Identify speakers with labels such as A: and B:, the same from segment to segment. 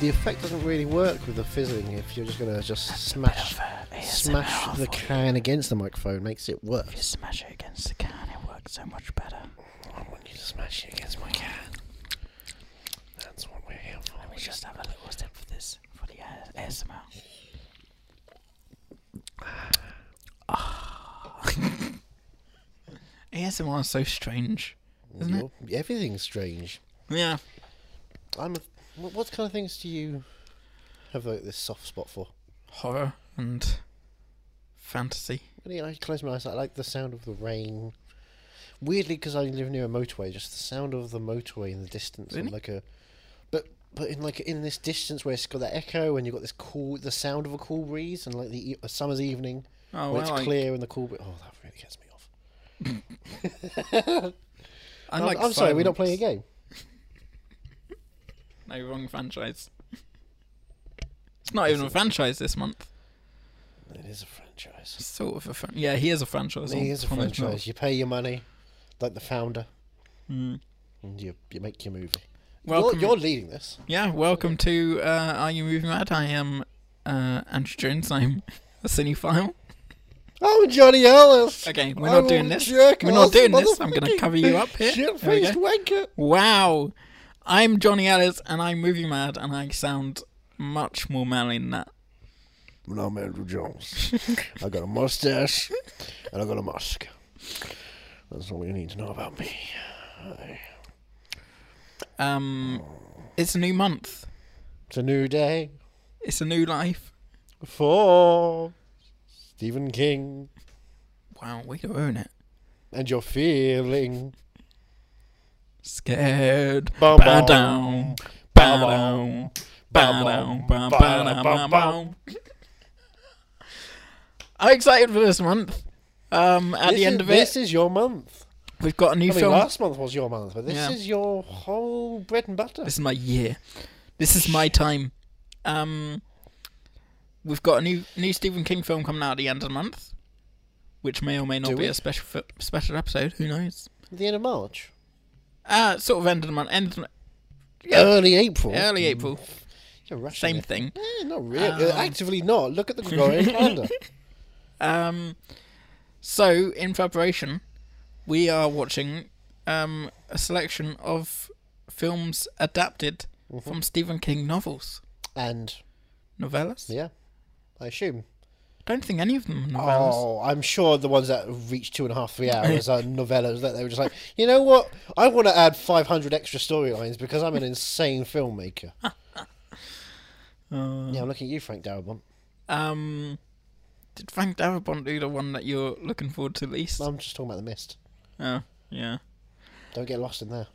A: the effect doesn't really work with the fizzling if you're just gonna just smash
B: uh,
A: smash the can against the microphone makes it
B: If you
A: worse.
B: smash it against the can, it works so much better.
C: I want you to smash it against my can. That's what we're here for.
B: Let me just have a little sip for this, for the A- ASMR. Ah. ASMR is so strange. Isn't it?
A: You're- Everything's strange.
B: Yeah.
A: I'm. A, wh- what kind of things do you have like this soft spot for?
B: Horror and fantasy.
A: Really, I close my eyes. I like the sound of the rain. Weirdly, because I live near a motorway, just the sound of the motorway in the distance, and
B: Really?
A: like a, but but in like in this distance where it's got that echo, and you've got this cool, the sound of a cool breeze, and like the e- a summer's evening when
B: Oh, well,
A: it's
B: I-
A: clear and the cool. Bit. Oh, that really gets me off.
B: I
A: I'm,
B: like
A: I'm sorry, we're not
B: silence.
A: playing a game.
B: No, wrong franchise. It's not even a franchise this month.
A: It is a franchise.
B: It's sort of a fran- Yeah, he is a franchise.
A: It
B: on-
A: is a
B: on his
A: franchise. You pay your money, like the founder,
B: Mm.
A: and you you make your movie. You're,
B: Welcome-
A: you're leading this.
B: Yeah, welcome to uh, Are You Moving Mad? I am uh, Andrew Jones. I'm a cinephile.
A: I'm Oh, Johnny Ellis.
B: Okay, we're
A: I
B: not
A: will
B: doing this.
A: jerk
B: We're not
A: off,
B: doing this. I'm going to
A: motherfucking
B: cover you up here. There we
A: Shit-faced
B: go.
A: wanker.
B: Wow. I'm Johnny Ellis and I'm Movie Mad and I sound much more manly than that.
A: And I'm Andrew Jones. I got a mustache and I got a musk. That's all you need to know about me.
B: Um, it's a new month.
A: It's a new day
B: It's a new life.
A: for Stephen King
B: Wow, way to own it.
A: and your feeling.
B: Scared.
A: Bum,
B: Bow
A: bum.
B: down.
A: Bum,
B: Bow down. Bow
A: bum,
B: down. Bow
A: bum,
B: down. Bow
A: bum,
B: down. I'm excited for this month. Um, at
A: This
B: the
A: is-
B: end of
A: this
B: it,
A: is your month.
B: we've got a new
A: I mean,
B: film.
A: last month was your month, but this
B: Yeah.
A: is your whole bread and butter.
B: This is my year. This is my time. Um, we've got a new new Stephen King film coming out at the end of the month, which may or may not
A: Do
B: be
A: we?
B: a special fi- special episode. Who knows?
A: the end of March,
B: Uh sort of end of the month, end of the,
A: early April.
B: early April,
A: You're rushing
B: same Um.
A: it.
B: thing.
A: Eh, not really. Uh, actively not. Look at the Gregorian calendar.
B: Um, so in preparation, we are watching um a selection of films adapted
A: Mm-hmm.
B: from Stephen King novels,
A: And
B: novellas.
A: yeah, I assume.
B: Don't think any of them are novellas.
A: Oh, I'm sure the ones that reach two and a half, three hours are novellas that they were just like, you know what? I want to add 500 extra storylines because I'm an insane filmmaker.
B: Uh,
A: yeah, I'm looking at you, Frank Darabont.
B: Um, did Frank Darabont do the one that you're looking forward to least?
A: I'm just talking about The Mist.
B: oh, yeah.
A: Don't get lost in there.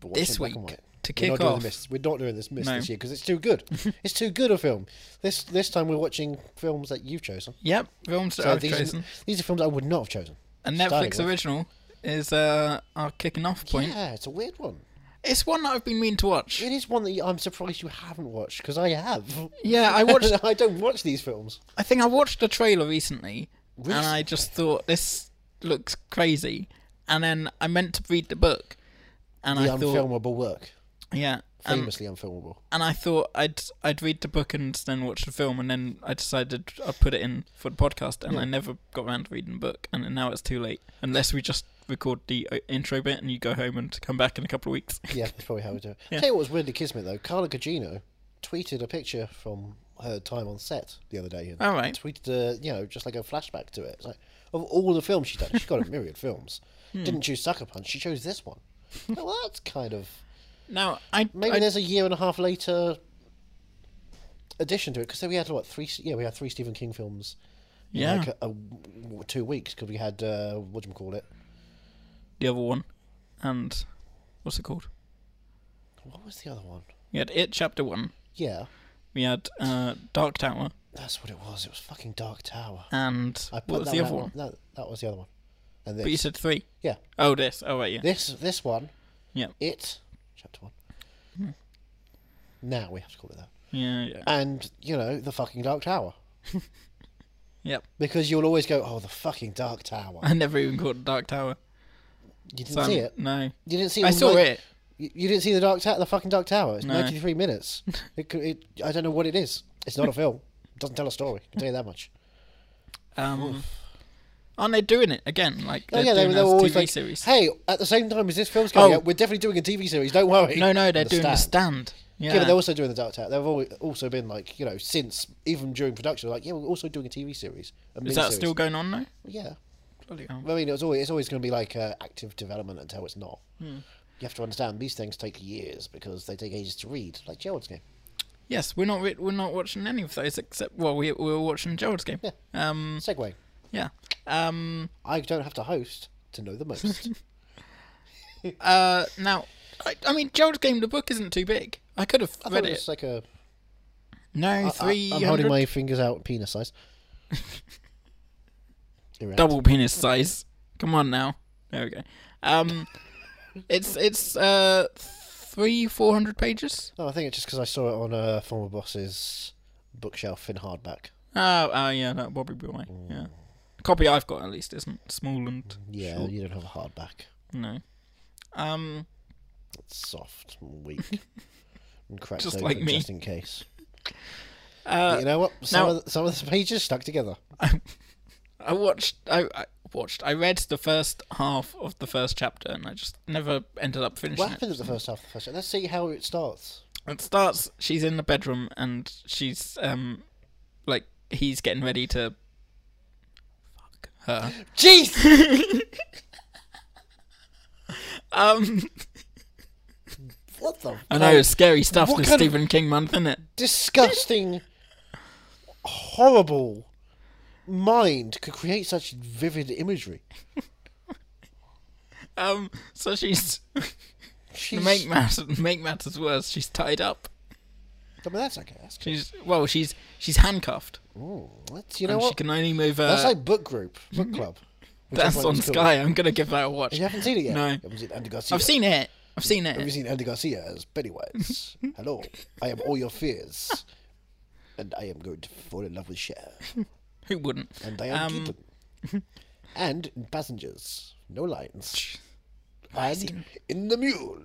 A: But watch
B: This
A: it in black
B: week
A: and white.
B: to
A: We're not
B: kick
A: doing
B: off.
A: the mist. We're not doing this mist
B: No.
A: this year because it's too good. it's too good a film. This this time we're watching films that you've chosen.
B: Yep, films that
A: So
B: I've
A: these,
B: chosen.
A: Are, these are films I would not have chosen.
B: A
A: starting
B: Netflix
A: with-
B: original is uh our kicking off point.
A: Yeah, it's a weird one.
B: It's one that I've been meaning to watch.
A: It is one that you, I'm surprised you haven't watched because I have.
B: Yeah, I watched.
A: I don't watch these films.
B: I think I watched the trailer recently, and I
A: Recently?
B: just thought this looks crazy. And then I meant to read the book, and
A: The
B: I thought, Um,
A: unfilmable work,
B: yeah, and,
A: famously unfilmable.
B: and I thought I'd I'd read the book and then watch the film, and then I decided I'd put it in for the podcast, and I never got around to reading the book, and now it's too late. Unless we just record the uh, intro bit and you go home and come back in a couple of weeks.
A: Yeah, that's probably how we do it. Tell you what was weirdly kismet though. Carla Gugino tweeted a picture from her time on set the other day. and
B: All right.
A: Tweeted, uh, you know, just like a flashback to it. It's like of all the films she's done, she's got a myriad films.
B: Hmm.
A: Didn't choose Sucker Punch. She chose this one. Oh, well, that's kind of
B: Now I
A: maybe
B: I-
A: there's a year and a half later addition to it because we had what three? Yeah, we had three Stephen King films. in,
B: Yeah.
A: like a, a- two weeks because we had uh, what do you call it?
B: the other one, and what's it called?
A: What was the other one?
B: We had it chapter one.
A: Yeah,
B: We had uh, Dark Tower,
A: that's what it was. It was fucking Dark Tower.
B: and
A: I put
B: what was
A: that
B: the
A: one
B: other
A: out-
B: one?
A: That, that was the other one. And
B: But you
A: this,
B: said three.
A: yeah,
B: Oh, this. Oh, right, yeah.
A: this this one,
B: Yeah. Hmm.
A: it chapter one. Now we have to call it that.
B: Yeah, yeah.
A: And you know the fucking Dark Tower,
B: Yep.
A: because you'll always go, oh, the fucking Dark Tower.
B: I never even caught Dark Tower.
A: You didn't
B: So I'm-
A: see it.
B: No.
A: You didn't see it.
B: I
A: on
B: saw
A: my-
B: it.
A: You, you didn't see the Dark Tower, the fucking Dark Tower. It's
B: No.
A: 93 minutes. It, could- it, I don't know what it is. It's not a film. It doesn't tell a story. I can tell you that much.
B: Um, aren't they doing it again? Like
A: Oh
B: they're
A: yeah, they,
B: doing
A: they were
B: a
A: always
B: TV
A: like,
B: series.
A: "Hey, at the same time as this film's coming
B: Oh.
A: out, we're definitely doing a TV series. Don't worry."
B: no, no, they're
A: The
B: doing the
A: Stand.
B: stand. Yeah,
A: Yeah, but they're also doing the Dark Tower. They've alwa- also been like, you know, since even during production, like, yeah, we're also doing a TV series. A
B: is that
A: miniseries."
B: still going on now? Um,
A: Yeah,
B: Bloody hell.
A: I mean, it's always it's always going to be like uh, active development until it's not.
B: Hmm.
A: You have to understand these things take years because they take ages to read, like Gerald's game.
B: Yes, we're not re- we're not watching any of those except well we we were watching Gerald's game.
A: Yeah.
B: Um.
A: Segway.
B: Yeah. Um.
A: I don't have to host to know the most.
B: Uh. Now, I, I mean, Gerald's game. The book isn't too big. I could have
A: I thought
B: read
A: it
B: it.
A: was like a.
B: no, three
A: I, am holding my fingers out penis size. Erect.
B: double penis size. Come on now. There we go. Um. it's it's uh three four hundred pages.
A: No, I think it's just because I saw it on a uh, former boss's bookshelf in hardback.
B: Oh, oh yeah, that would probably be why. Yeah. The copy I've got at least isn't small and
A: Yeah,
B: short.
A: you don't have a hardback.
B: No. Um.
A: It's soft and weak and cracked
B: Just
A: open
B: like me.
A: just in case.
B: Uh,
A: But you know what? Some,
B: now-
A: of the, some of the pages stuck together.
B: I watched. I, I watched. I read the first half of the first chapter, and I just never ended up finishing
A: What
B: it.
A: happened at the first half of the first? Let's see how it starts.
B: It starts. She's in the bedroom, and she's um, like he's getting ready to fuck her.
A: Jeez!
B: Um,
A: what the?
B: I know scary stuff.
A: what
B: This
A: kind of-
B: Stephen King month, isn't it?
A: disgusting, horrible mind could create such vivid imagery.
B: Um, so she's to
A: She's,
B: make matters make matters worse. She's tied up.
A: I mean, that's okay. That's good.
B: She's well. She's she's handcuffed,
A: Ooh, that's, you know
B: and she
A: what?
B: can only move her.
A: That's like book group, book club. which I
B: that's
A: find
B: on
A: is cool.
B: Sky. I'm gonna give that a watch.
A: You haven't seen it yet.
B: No.
A: Haven't seen Andy Garcia.
B: I've seen it. I've seen
A: Have you
B: it.
A: seen Andy Garcia as Pennywise? Hello, I am all your fears, and I am going to fall in love with Cher
B: Who wouldn't?
A: and Diane
B: Um,
A: Keaton, and in Passengers, no lines, and in the Mule.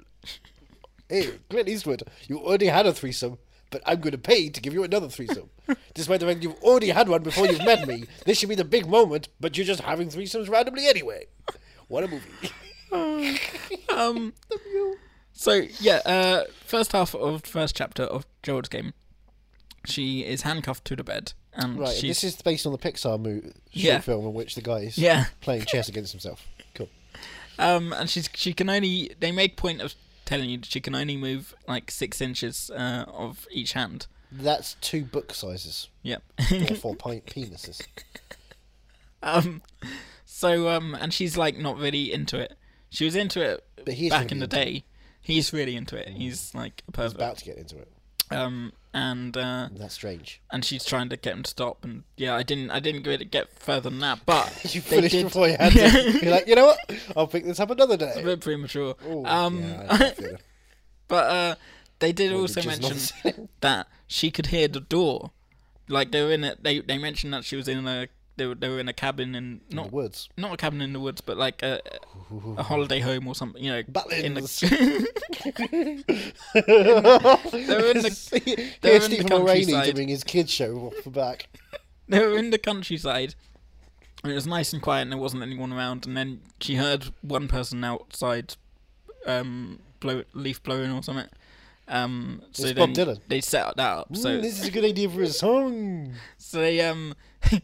A: Hey, Clint Eastwood, you already had a threesome, but I'm going to pay to give you another threesome. Despite the fact you've already had one before you've met me, this should be the big moment, but you're just having threesomes randomly anyway. What a movie!
B: Um, so yeah, uh, first half of first chapter of Gerald's game, she is handcuffed to the bed, and
A: Right, and
B: she's
A: this is based on the Pixar mo- short
B: Yeah.
A: film in which the guy is
B: Yeah.
A: playing chess against himself. Cool.
B: um, and she's she can only they make point of telling you that she can only move like six inches uh, of each hand.
A: That's two book sizes
B: Yep.
A: or four pint penises.
B: um, so um, and she's like not really into it. She was into it
A: But he's really
B: back in the
A: into it.
B: day. He's really into it. He's like a pervert.
A: About to get into it.
B: um, and uh,
A: And that's strange.
B: and she's trying to get him to stop. And yeah, I didn't, I didn't really get further than that. But
A: You
B: they
A: finished
B: did
A: before you had to. You're like, you know what? I'll pick this up another
B: a
A: day.
B: bit premature.
A: Ooh,
B: um,
A: Oh, yeah, I don't feel it.
B: but uh, they did
A: Well,
B: also
A: which is
B: mention
A: nonsense.
B: that she could hear the door. Like they were in it. They they mentioned that she was in a they were, they were in a cabin and
A: In the
B: not
A: woods.
B: not a cabin in the woods, but like a a holiday home or something. You know, in
A: Butlins.
B: the, they're in the they're
A: Here's
B: in the
A: Stephen Mulroney
B: countryside.
A: doing his kids show off the back.
B: they were in the countryside and it was nice and quiet and there wasn't anyone around and then she heard one person outside um blow leaf blowing or something um so
A: It's Bob
B: then
A: Dylan.
B: they set that up so
A: Mm, this is a good idea for a song.
B: so they um so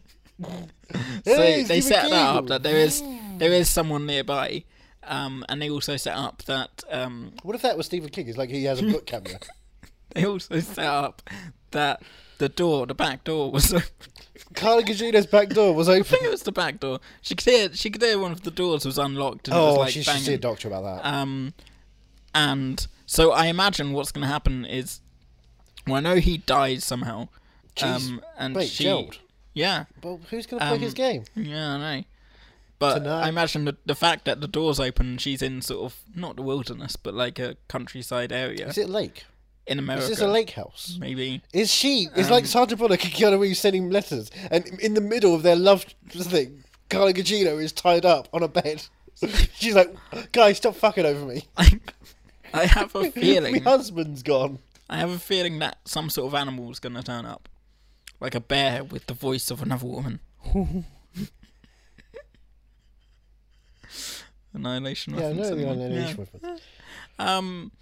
A: Hey,
B: they
A: Stephen
B: set that
A: King.
B: up that there is there is someone nearby um and they also set up that um
A: What if that was Stephen King? It's like he has a book camera.
B: they also set up that the door the back door was I
A: Carla Gugino's back door was open.
B: think it was the back door she could hear she could hear one of the doors was unlocked and it was
A: Oh,
B: like
A: she should
B: banging.
A: see a doctor about that.
B: Um, and so I imagine what's going to happen is, well, I know he dies somehow.
A: Jeez.
B: Um, and
A: Wait,
B: she,
A: Gerald.
B: yeah,
A: Well, who's going to play his
B: um,
A: game?
B: yeah, I know. But
A: Tonight.
B: I imagine the, the fact that the door's open, and she's in sort of not the wilderness, but like a countryside area
A: Is it Lake?
B: in America.
A: Is this a lake house?
B: Maybe.
A: Is she? Is like Sandra Bullock and Keanu Reeves sending letters, and in the middle of their love thing, Carla Gugino is tied up on a bed. She's like, "Guy, stop fucking over me."
B: I I have a feeling.
A: My husband's gone.
B: I have a feeling that some sort of animal is going to turn up, like a bear with the voice of another woman. Annihilation
A: Yeah,
B: reference.
A: no, the
B: anyone?
A: annihilation
B: Yeah.
A: reference.
B: Um.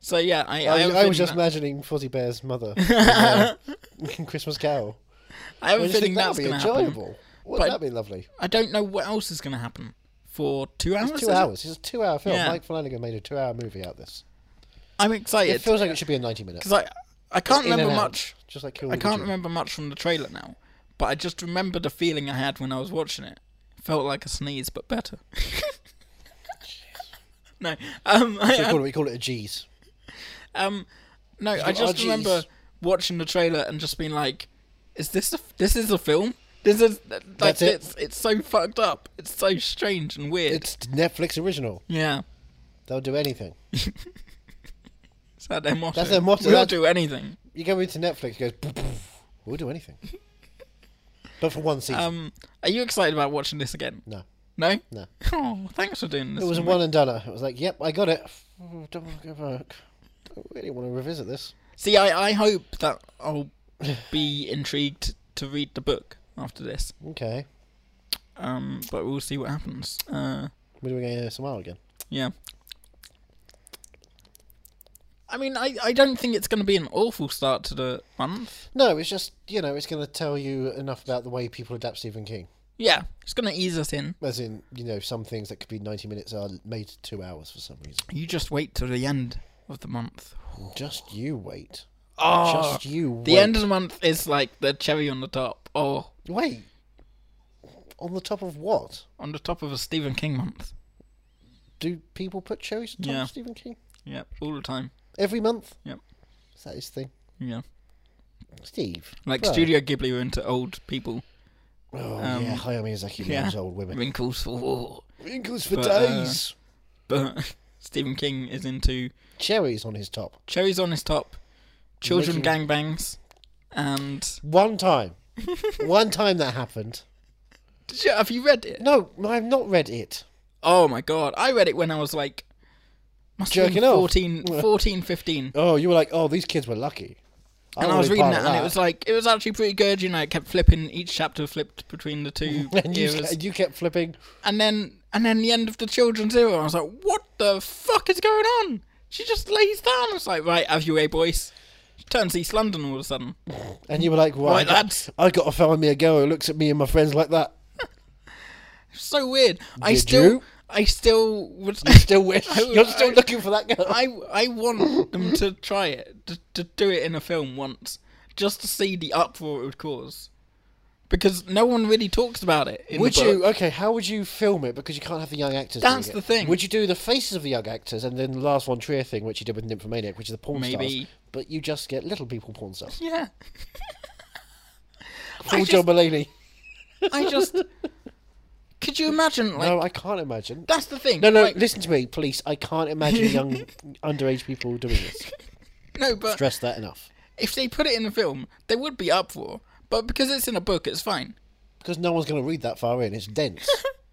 B: So yeah, I I,
A: I,
B: have a
A: I was
B: feeling
A: just
B: that,
A: imagining Fuzzy Bear's mother in, uh, in Christmas Carol.
B: I have
A: I
B: a
A: just
B: feeling
A: think
B: that's
A: that'd be
B: going to happen.
A: enjoyable. Wouldn't
B: But-
A: that be lovely?
B: I don't know what else is going to happen for two hours.
A: It's
B: is
A: two
B: it?
A: hours. It's a two-hour film.
B: Yeah.
A: Mike Flanagan made a two-hour movie out of this.
B: I'm
A: It
B: excited
A: feels like it should be a ninety-minute.
B: because I I can't
A: In and
B: remember
A: out,
B: much.
A: Just like Kill
B: I
A: All the
B: can't
A: Children.
B: remember much from the trailer now, but I just remember the feeling I had when I was watching it. Felt like a sneeze, but better. no, um, I,
A: So we call it, we call it a G's.
B: um, no, I
A: got
B: just
A: RGs.
B: remember watching the trailer and just being like, "Is this a, this is a film? This is like
A: That's it.
B: it's it's so fucked up. It's so strange and weird."
A: It's Netflix original.
B: yeah,
A: They'll do anything.
B: is that their motto?
A: That's their motto,
B: We'll
A: that's-
B: do anything.
A: You go into Netflix, it goes, "Poof, poof. we'll do anything. But for one season.
B: Um, are you excited about watching this again?
A: no.
B: No.
A: No.
B: Oh, thanks for doing this.
A: It was a
B: with me.
A: one and done. It was like, yep, I got it. Oh, Don't want to go back. Don't really want to revisit this.
B: See, I, I hope that I'll be intrigued to read the book after this.
A: Okay.
B: Um, but we'll see what happens. Uh,
A: We're doing ASMR again.
B: yeah. I mean, I, I don't think it's going to be an awful start to the month.
A: No, it's just, you know, it's going to tell you enough about the way people adapt Stephen King.
B: Yeah, it's going to ease us in.
A: As in, you know, some things that could be 90 minutes are made two hours for some reason.
B: You just wait till the end of the month.
A: Just you wait.
B: Oh,
A: Just you Ah, wait.
B: the end of the month is like the cherry on the top. Oh,
A: Wait. On the top of what?
B: on the top of a Stephen King month.
A: Do people put cherries on top
B: Yeah.
A: of Stephen King?
B: Yeah, all the time.
A: Every month?
B: Yep.
A: Is that his thing?
B: Yeah.
A: Steve.
B: Like
A: bro.
B: Studio Ghibli were into old people.
A: Oh,
B: um,
A: yeah. Hayao Miyazaki
B: yeah.
A: loves old women.
B: Wrinkles for War.
A: Wrinkles for
B: But, uh,
A: days.
B: but Stephen King is into
A: Cherries on his top.
B: cherries on his top, children
A: Making-
B: gangbangs, and
A: One time. One time that happened.
B: Did you- have you read it?
A: No, I've not read it.
B: Oh my god, I read it when I was like must have been
A: Jerking off.
B: 14, 14, 15.
A: Oh, you were like, oh, these kids were lucky.
B: and I
A: wanna
B: was
A: be
B: reading
A: part
B: it,
A: of
B: and it was like it was actually pretty good. You know, it kept flipping. Each chapter flipped between the two
A: and you,
B: eras,
A: and you kept flipping.
B: and then and then the end of the children's era. I was like, what the fuck is going on? She just lays down. I was like, right, have you a boys? She turns East London all of a sudden.
A: And you were like, well, I,
B: Right,
A: got,
B: lads.
A: I got to find me a girl who looks at me and my friends like that.
B: so weird. I
A: Did
B: still,
A: you?
B: I still would.
A: Still wish.
B: I-
A: You're still
B: I-
A: looking for that girl.
B: I I want them to try it, to, to do it in a film once, just to see the uproar it would cause, because no one really talks about it. In
A: Would
B: the book.
A: you okay? How would you film it? Because you can't have the young actors.
B: That's
A: doing
B: the
A: it.
B: thing.
A: Would you do the faces of the young actors and then the last one Trier thing, which you did with Nymphomaniac, which is the porn
B: Maybe.
A: stars? But you just get little people porn stars.
B: Yeah. I
A: Full
B: just-
A: John Mulaney.
B: I just. Could you imagine? Like
A: No, I can't imagine.
B: that's the thing.
A: No, no.
B: like,
A: Listen to me, please. I can't imagine young underage people doing this.
B: no. But
A: Stress that enough.
B: if they put it in a film, there would be uproar. But because it's in a book, it's fine.
A: Because no one's going to read that far in. It's dense.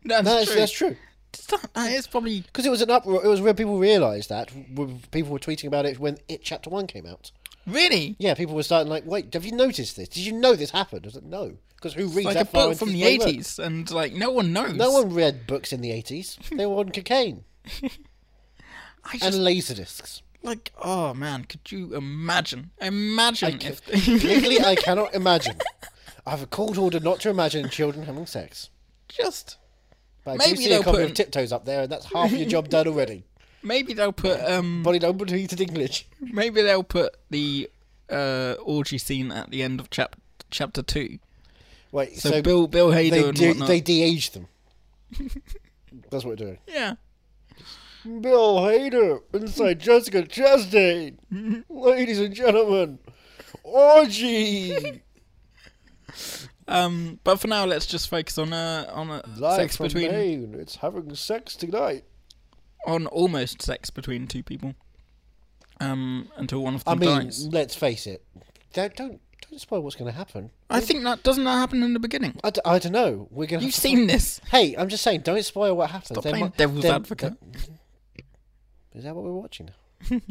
B: That's,
A: No, that's
B: true.
A: that's true.
B: That is probably
A: Because it was an uproar. It was where people realised that. w- People were tweeting about it when It Chapter One came out.
B: really.
A: Yeah, people were starting like, wait, have you noticed this? Did you know this happened? I was like, no, because who reads
B: like
A: that
B: a
A: far
B: book
A: into
B: from
A: this
B: the
A: bloody book?
B: 80s and like no one knows
A: No one read books in the eighties. They were on cocaine
B: i
A: and
B: just
A: laserdiscs.
B: like oh man could you imagine imagine if
A: Legally, I cannot imagine. I have a court order not to imagine children having sex.
B: just
A: But I do
B: Maybe
A: see
B: they'll
A: a copy
B: put
A: of
B: an-
A: Tiptoes up there, and that's half your job done already.
B: maybe they'll put um
A: Body number two to English.
B: maybe they'll put the uh orgy scene at the end of chap chapter 2
A: Wait,
B: so,
A: so,
B: bill bill hader
A: they
B: and
A: do,
B: whatnot
A: they de-age them. that's what we're
B: yeah
A: doing. Bill Hader inside Jessica Chastain, ladies and gentlemen, orgy.
B: um but for now let's just focus on uh on a
A: Live
B: sex
A: from
B: between
A: Maine. It's having sex tonight.
B: on almost sex between two people um until one of
A: I
B: them
A: mean,
B: dies
A: let's face it. Don't don't, don't spoil what's going to happen.
B: i think that doesn't that happen in the beginning
A: I, d- I don't know. We're going.
B: you've seen this
A: Hey, I'm just saying. Don't spoil what happens.
B: Stop
A: There
B: playing
A: might-
B: devil's
A: there-
B: advocate.
A: there- Is that what we're watching? now?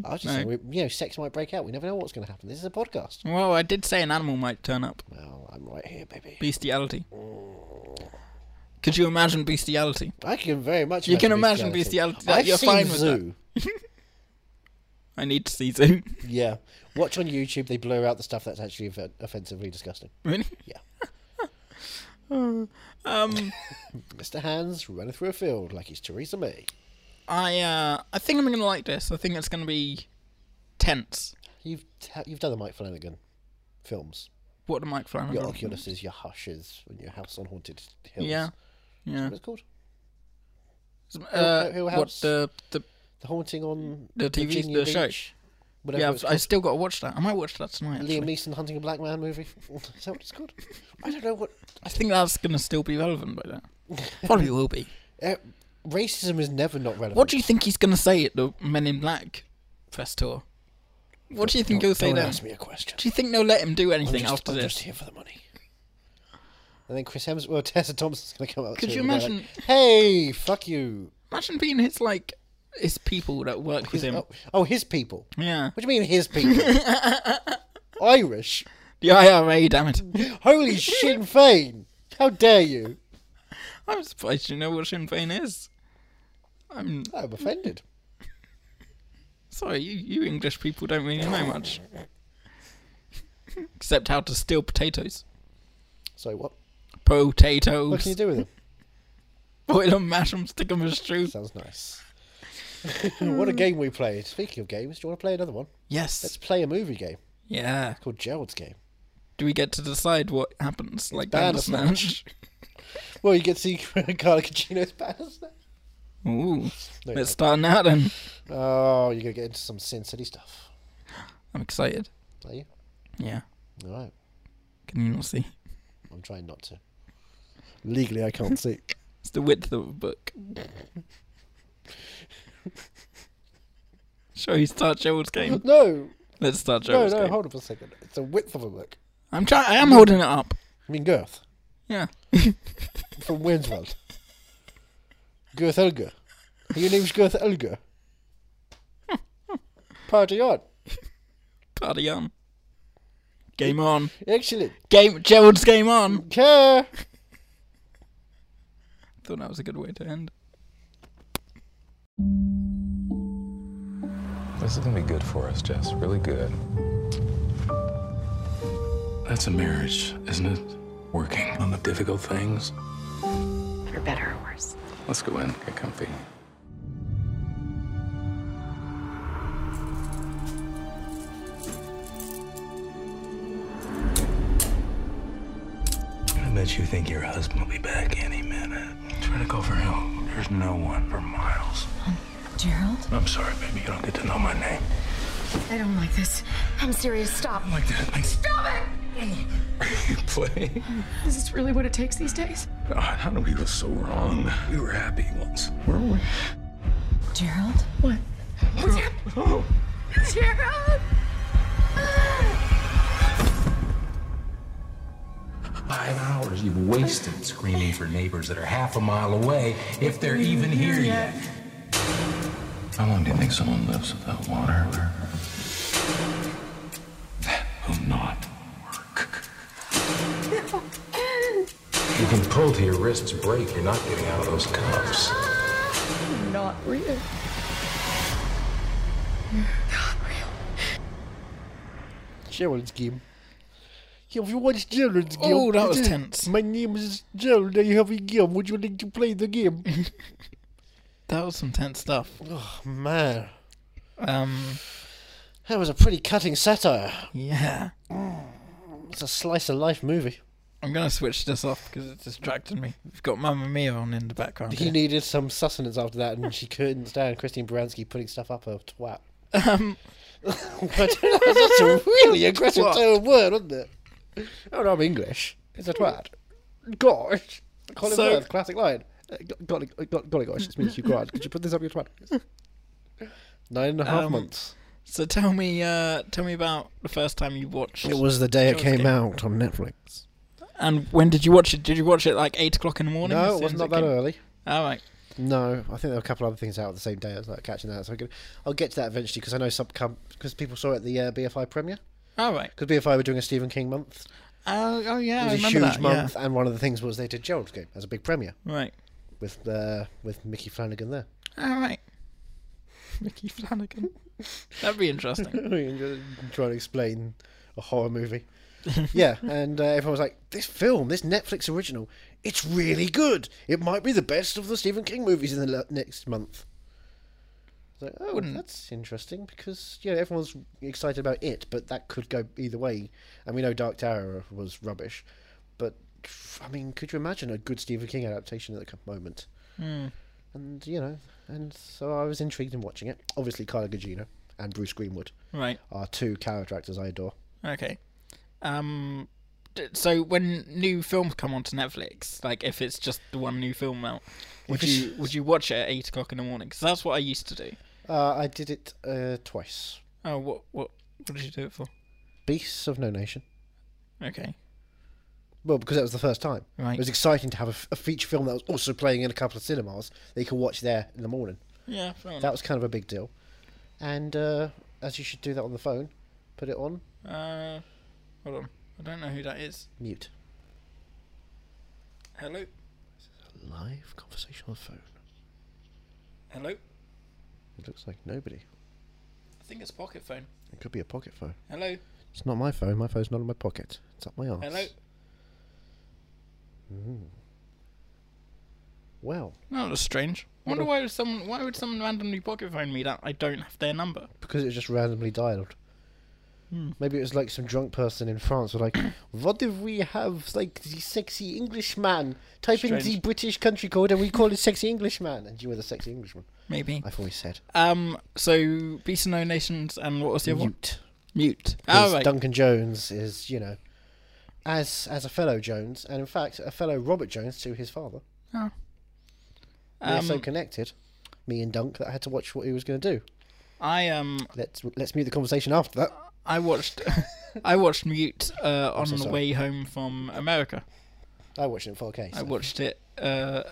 A: I was just
B: No.
A: saying, we, you know, sex might break out. We never know what's going to happen. This is a podcast.
B: Well, I did say an animal might turn up.
A: Well, I'm right here, baby.
B: Bestiality.
A: Oh.
B: Could you imagine bestiality?
A: I can very much.
B: You can imagine bestiality. That-
A: I've
B: you're
A: seen
B: fine with that.
A: Zoo.
B: I need to see Zoo.
A: Yeah, watch on YouTube. They blur out the stuff that's actually off- offensively disgusting.
B: really?
A: Yeah.
B: Um,
A: Mr. Hands running through a field like he's Theresa May.
B: I uh, I think I'm gonna like this. I think it's gonna be tense.
A: You've ta- you've done the Mike Flanagan films.
B: What a Mike Flanagan.
A: Your Oculuses, your Hushes, and your House on Haunted Hills.
B: Yeah. Yeah.
A: What's it called?
B: Uh,
A: who- who
B: what
A: else?
B: the the
A: The Haunting on
B: the TV
A: Virginia
B: the show?
A: Beach. Whatever
B: Yeah,
A: it's
B: I've, I still got to watch that. I might watch that tonight.
A: Liam
B: Actually.
A: Neeson hunting a black man movie. Is that what it's called? I don't know what.
B: I think that's gonna still be relevant by then. Probably will be.
A: Uh, racism is never not relevant.
B: What do you think he's gonna say at the Men in Black press tour? What do you think he'll say
A: Don't
B: then?
A: ask me a question.
B: Do you think they'll let him do
A: I'm
B: anything
A: just,
B: after
A: I'm
B: this?
A: just here for the money. And then Chris Hemsworth, well, Tessa Thompson's going to come up.
B: Could
A: to
B: you
A: him and be
B: imagine-
A: Like, hey, fuck you.
B: Imagine being his like his people that work
A: His-
B: with him.
A: oh, oh, his people.
B: Yeah,
A: What do you mean his people? Irish.
B: the IRA. Damn it!
A: Holy Sinn Fein! How dare you?
B: I'm surprised you know what Sinn Fein is. I'm
A: I'm offended.
B: sorry, you, you English people don't really know much, except how to steal potatoes.
A: So what? What
B: Potatoes.
A: can you do with them?
B: Boil them, mash them, stick them in stew.
A: Sounds nice. what a game we played. Speaking of games, do you want to play another one? Let's
B: Yes.
A: play a movie game
B: Yeah.
A: called Gerald's Game.
B: Do we get to decide what happens, like
A: Bandersnatch.
B: Bandersnatch?
A: Well, you get to see Carla Cacino's Bandersnatch.
B: Ooh.
A: No, you
B: Let's start now then.
A: don't. Oh, you're going to get into some Sin City stuff.
B: I'm excited.
A: Are you?
B: Yeah.
A: All right.
B: Can you not see?
A: I'm trying not to. Legally, I can't see.
B: It's the width of a book. Shall we start Gerald's game?
A: No!
B: Let's start
A: No,
B: Gerald's
A: no,
B: game.
A: hold up a second. It's the width of a book.
B: I'm trying. I am holding it up.
A: I mean, girth.
B: Yeah.
A: From Wensworld. Girth Elger. Your name's Girth Elger. Party on.
B: Party on. Game on.
A: Excellent.
B: Game. Gerald's game on.
A: Care.
B: Thought that was a good way to end.
D: This is gonna be good for us, Jess. Really good. That's a marriage, isn't it? Working on the difficult things.
E: for better or worse.
D: Let's go in, get comfy.
F: I bet you think your husband will be back any minute.
D: Try to go for him.
F: There's no one for miles.
E: Gerald?
F: I'm sorry, baby. You don't get to know my name.
E: I don't like this. I'm serious. Stop.
D: Like that. Like,
E: Stop it!
D: you play.
E: Is this really what it takes these days?
D: God, how do we go so wrong? We were happy once, weren't we?
E: Gerald? What? What's happening?
D: Oh.
E: Gerald!
D: Five hours you've wasted screaming for neighbors that are half a mile away, if they're even here yet. How long do you think someone lives without water? That will not work. You can pull till your wrists break. You're not getting out of those cuffs.
E: Not real.
A: Gerald's game. Have you watched Gerald's game?
B: Oh, that was tense.
A: My name is Gerald. I have a game. Would you like to play the game?
B: That was some tense stuff.
A: Man,
B: Um.
A: that was a pretty cutting satire.
B: Yeah.
A: It's a slice of life movie.
B: I'm gonna switch this off because it's distracting me. We've got Mamma Mia on in the background.
A: He
B: here.
A: needed some sustenance after that, and she couldn't stand Christine Baranski putting stuff up her twat. Um, that's a really aggressive
B: Twat.
A: turn of word, wasn't it? Oh, no, I'm English. It's a twat. Gosh. Colin
B: So-
A: Firth, classic line. Uh, go- Golly, uh, go- golly gosh, it's me, Hugh Grant. Could you put this up your twat? Nine and a half
B: Um,
A: months.
B: So tell me, uh, tell me about the first time you watched.
A: It was the day it
B: George
A: came
B: Gay.
A: out on Netflix.
B: And when did you watch it? Did you watch it like eight o'clock in the morning?
A: No,
B: as
A: it
B: soon
A: wasn't
B: as
A: that
B: came-
A: early.
B: All right.
A: No, I think there were a couple other things out on the same day. I was like catching that, so I could, I'll get to that eventually because I know some because people saw it at the uh, BFI premiere
B: All right.
A: because BFI were doing a Stephen King month.
B: Oh, oh yeah, I
A: It was a
B: remember
A: huge
B: that.
A: month, and one of the things was they did Gerald's Game as a big premiere
B: Yeah. Right.
A: with uh, with Mickey Flanagan there.
B: All right. Mickey Flanagan. That'd be interesting.
A: trying to explain a horror movie. yeah, and uh, everyone was like, "This film, this Netflix original, it's really good. It might be the best of the Stephen King movies in the le- next month." I was like, oh,
B: Wouldn't-
A: that's interesting because you know everyone's excited about it, but that could go either way. And we know Dark Tower was rubbish, but I mean, could you imagine a good Stephen King adaptation at the c- moment? And you know, and so I was intrigued in watching it. Obviously, Carla Gugino and Bruce Greenwood
B: Right.
A: are two character actors I adore.
B: Okay. Um. d- So when new films come onto Netflix, like if it's just the one new film out, would
A: it's-
B: you would you watch it at eight o'clock in the morning? Because that's what I used to do.
A: Uh, I did it uh, twice.
B: Oh, what what what did you do it for?
A: Beasts of No Nation.
B: Okay.
A: Well, because that was the first time.
B: Right.
A: It was exciting to have a, f- a feature film that was also playing in a couple of cinemas that you could watch there in the morning.
B: Yeah. Fair enough.
A: That was kind of a big deal. And uh, as you should do that on the phone, put it on
B: Uh, hold on. I don't know who that is.
A: mute.
B: Hello.
A: Live conversation on the phone.
B: Hello.
A: It looks like nobody.
B: I think it's pocket phone.
A: It could be a pocket phone.
B: Hello.
A: It's not my phone. My phone's not in my pocket. It's up my arse.
B: Hello.
A: Well,
B: No, that's strange. Wonder why would someone why would someone randomly pocket phone me that I don't have their number?
A: because it was just randomly dialed.
B: Hmm.
A: Maybe it was like some drunk person in France were like, "What if we have like the sexy Englishman? Type in the
B: Strange.
A: British country code and we call it sexy Englishman." And you were the sexy Englishman.
B: Maybe.
A: I've always said
B: Um. So Beast of No Nations and what was the other one?
A: mute.
B: Mute.
A: Because
B: Oh right.
A: Duncan Jones is you know, as as a fellow Jones, and in fact a fellow Robert Jones to his father.
B: Oh.
A: We're so
B: Um,
A: connected, me and Dunk, that I had to watch what he was going to do.
B: I um
A: Let's let's mute the conversation after that.
B: I watched I watched Mute uh, on
A: so
B: the
A: sorry.
B: way home from America.
A: I watched it in 4K.
B: I
A: so-
B: watched it. Uh,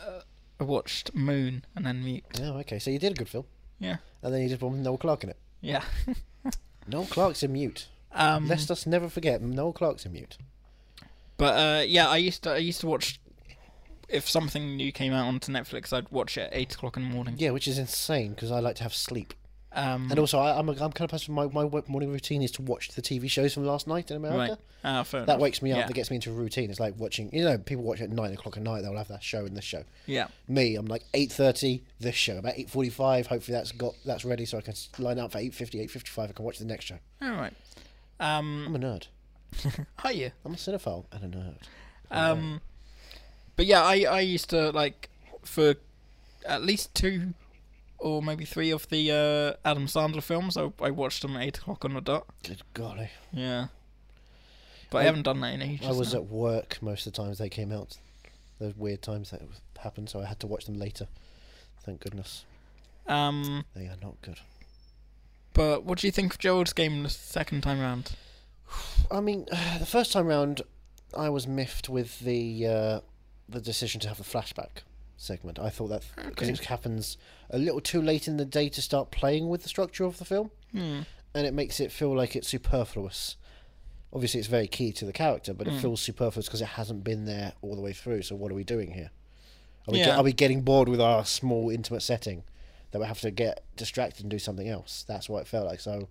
B: I watched Moon and then Mute.
A: Oh, okay. So you did a good film,
B: Yeah.
A: and then you did one with Noel Clark in it.
B: Yeah.
A: Noel Clark's a mute.
B: um.
A: Let's just never forget Noel Clark's a mute.
B: But uh, yeah, I used to I used to watch. If something new came out onto Netflix, I'd watch it at eight o'clock in the morning.
A: Yeah, which is insane because I like to have sleep.
B: Um,
A: And also, I, I'm a, I'm kind of person. My my work- morning routine is to watch the TV shows from last night in America.
B: right. Ah, fair
A: That
B: enough.
A: wakes me up.
B: Yeah.
A: That gets me into a routine. It's like watching. You know, people watch at nine o'clock at night. They'll have that show and this show.
B: Yeah.
A: Me, I'm like eight thirty. This show about eight forty five. Hopefully, that's got that's ready so I can s- line up for 8.50, 8.55. I can watch the next show.
B: All right. Um.
A: I'm a nerd.
B: Are you?
A: I'm a cinephile and a nerd.
B: Um, but yeah, I, I used to like for at least two or maybe three of the uh, Adam Sandler films. I, I watched them at eight o'clock on the dot.
A: Good golly.
B: Yeah, but I, haven't done that in ages.
A: I was
B: now.
A: at work most of the times they came out. Those weird times that happened, so I had to watch them later. Thank goodness.
B: um.
A: They are not good.
B: But what do you think of Gerald's game the second time round?
A: I mean, the first time round, I was miffed with the uh, the decision to have the flashback segment. I thought that because it happens a little too late in the day to start playing with the structure of the film, and it makes it feel like it's superfluous. Obviously, it's very key to the character, but
B: Hmm.
A: it feels superfluous because it hasn't been there all the way through. So, what are we doing here? Are we, ge-
B: Yeah.
A: are we getting bored with our small, intimate setting that we have to get distracted and do something else? That's what it felt like. So,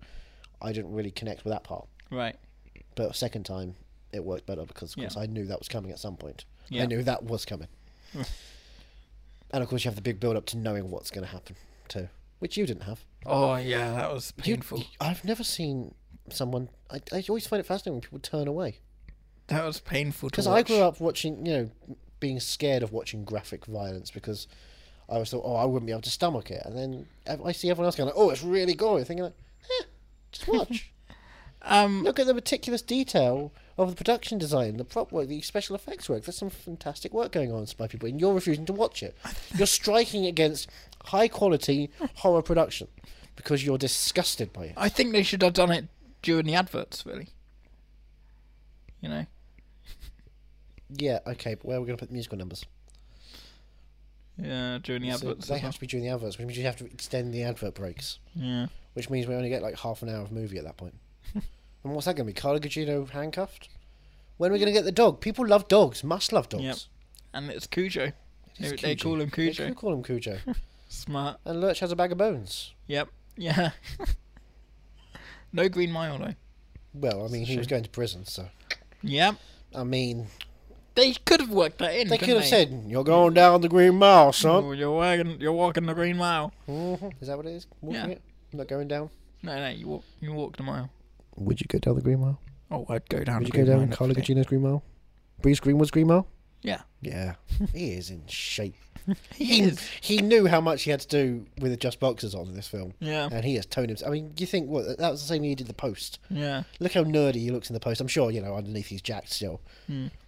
A: I didn't really connect with that part.
B: Right.
A: But second time, it worked better because of course
B: Yeah.
A: I knew that was coming at some point.
B: Yeah. Hmm.
A: I knew that was coming. and of course, you have the big build up to knowing what's going to happen too, which you didn't have.
B: Oh yeah, that was
A: You-
B: painful.
A: You, I've never seen someone. I, I always find it fascinating when people turn away
B: that was painful.
A: because I grew up watching, you know, being scared of watching graphic violence because I always thought, oh, I wouldn't be able to stomach it, and then I- I see everyone else going, like, oh, it's really gory, thinking like, eh, just watch.
B: Um.
A: Look at the meticulous detail of the production design, the prop work, the special effects work. There's some fantastic work going on by people, and you're refusing to watch it. You're striking against high quality horror production because you're disgusted by it.
B: I think they should have done it during the adverts, really. You know.
A: Yeah, okay, but where are we going to put the musical numbers?
B: Yeah, during the
A: So
B: adverts.
A: they
B: as
A: have
B: well.
A: to be during the adverts, which means you have to extend the advert breaks,
B: Yeah.
A: which means we only get like half an hour of movie at that point. and what's that going to be? Carla Gugino handcuffed? When are we going to get the dog? People love dogs, must love dogs.
B: Yep. And it's Cujo. They,
A: It's
B: they
A: Cujo.
B: call him
A: They
B: Cujo.
A: do call him Cujo.
B: Smart.
A: and Lurch has a bag of bones.
B: Yep. Yeah. no green mile though.
A: Well, I mean, he was going to prison, so.
B: Yep.
A: I mean,
B: They could have worked that in.
A: they
B: couldn't
A: could have said, You're going down the Green Mile, son.
B: Oh, you're walking, you're walking the green mile.
A: Mhm. Is that what it is? Walking
B: Yeah.
A: it? Not going down?
B: No, no, you walk, you walked a mile.
A: Would you go down the Green Mile?
B: Oh, I'd go down.
A: Would
B: the
A: you go
B: green
A: down
B: mile
A: Carla
B: every day.
A: Gugino's Green Mile? Bruce Greenwood's Green Mile?
B: Yeah,
A: Yeah. he is in shape.
B: he is.
A: he knew how much he had to do with the just boxers on in this film.
B: Yeah.
A: And he has toned himself. I mean, you think what that was the same thing he did the post.
B: Yeah,
A: Look how nerdy he looks in the post. I'm sure you know underneath he's jacked still.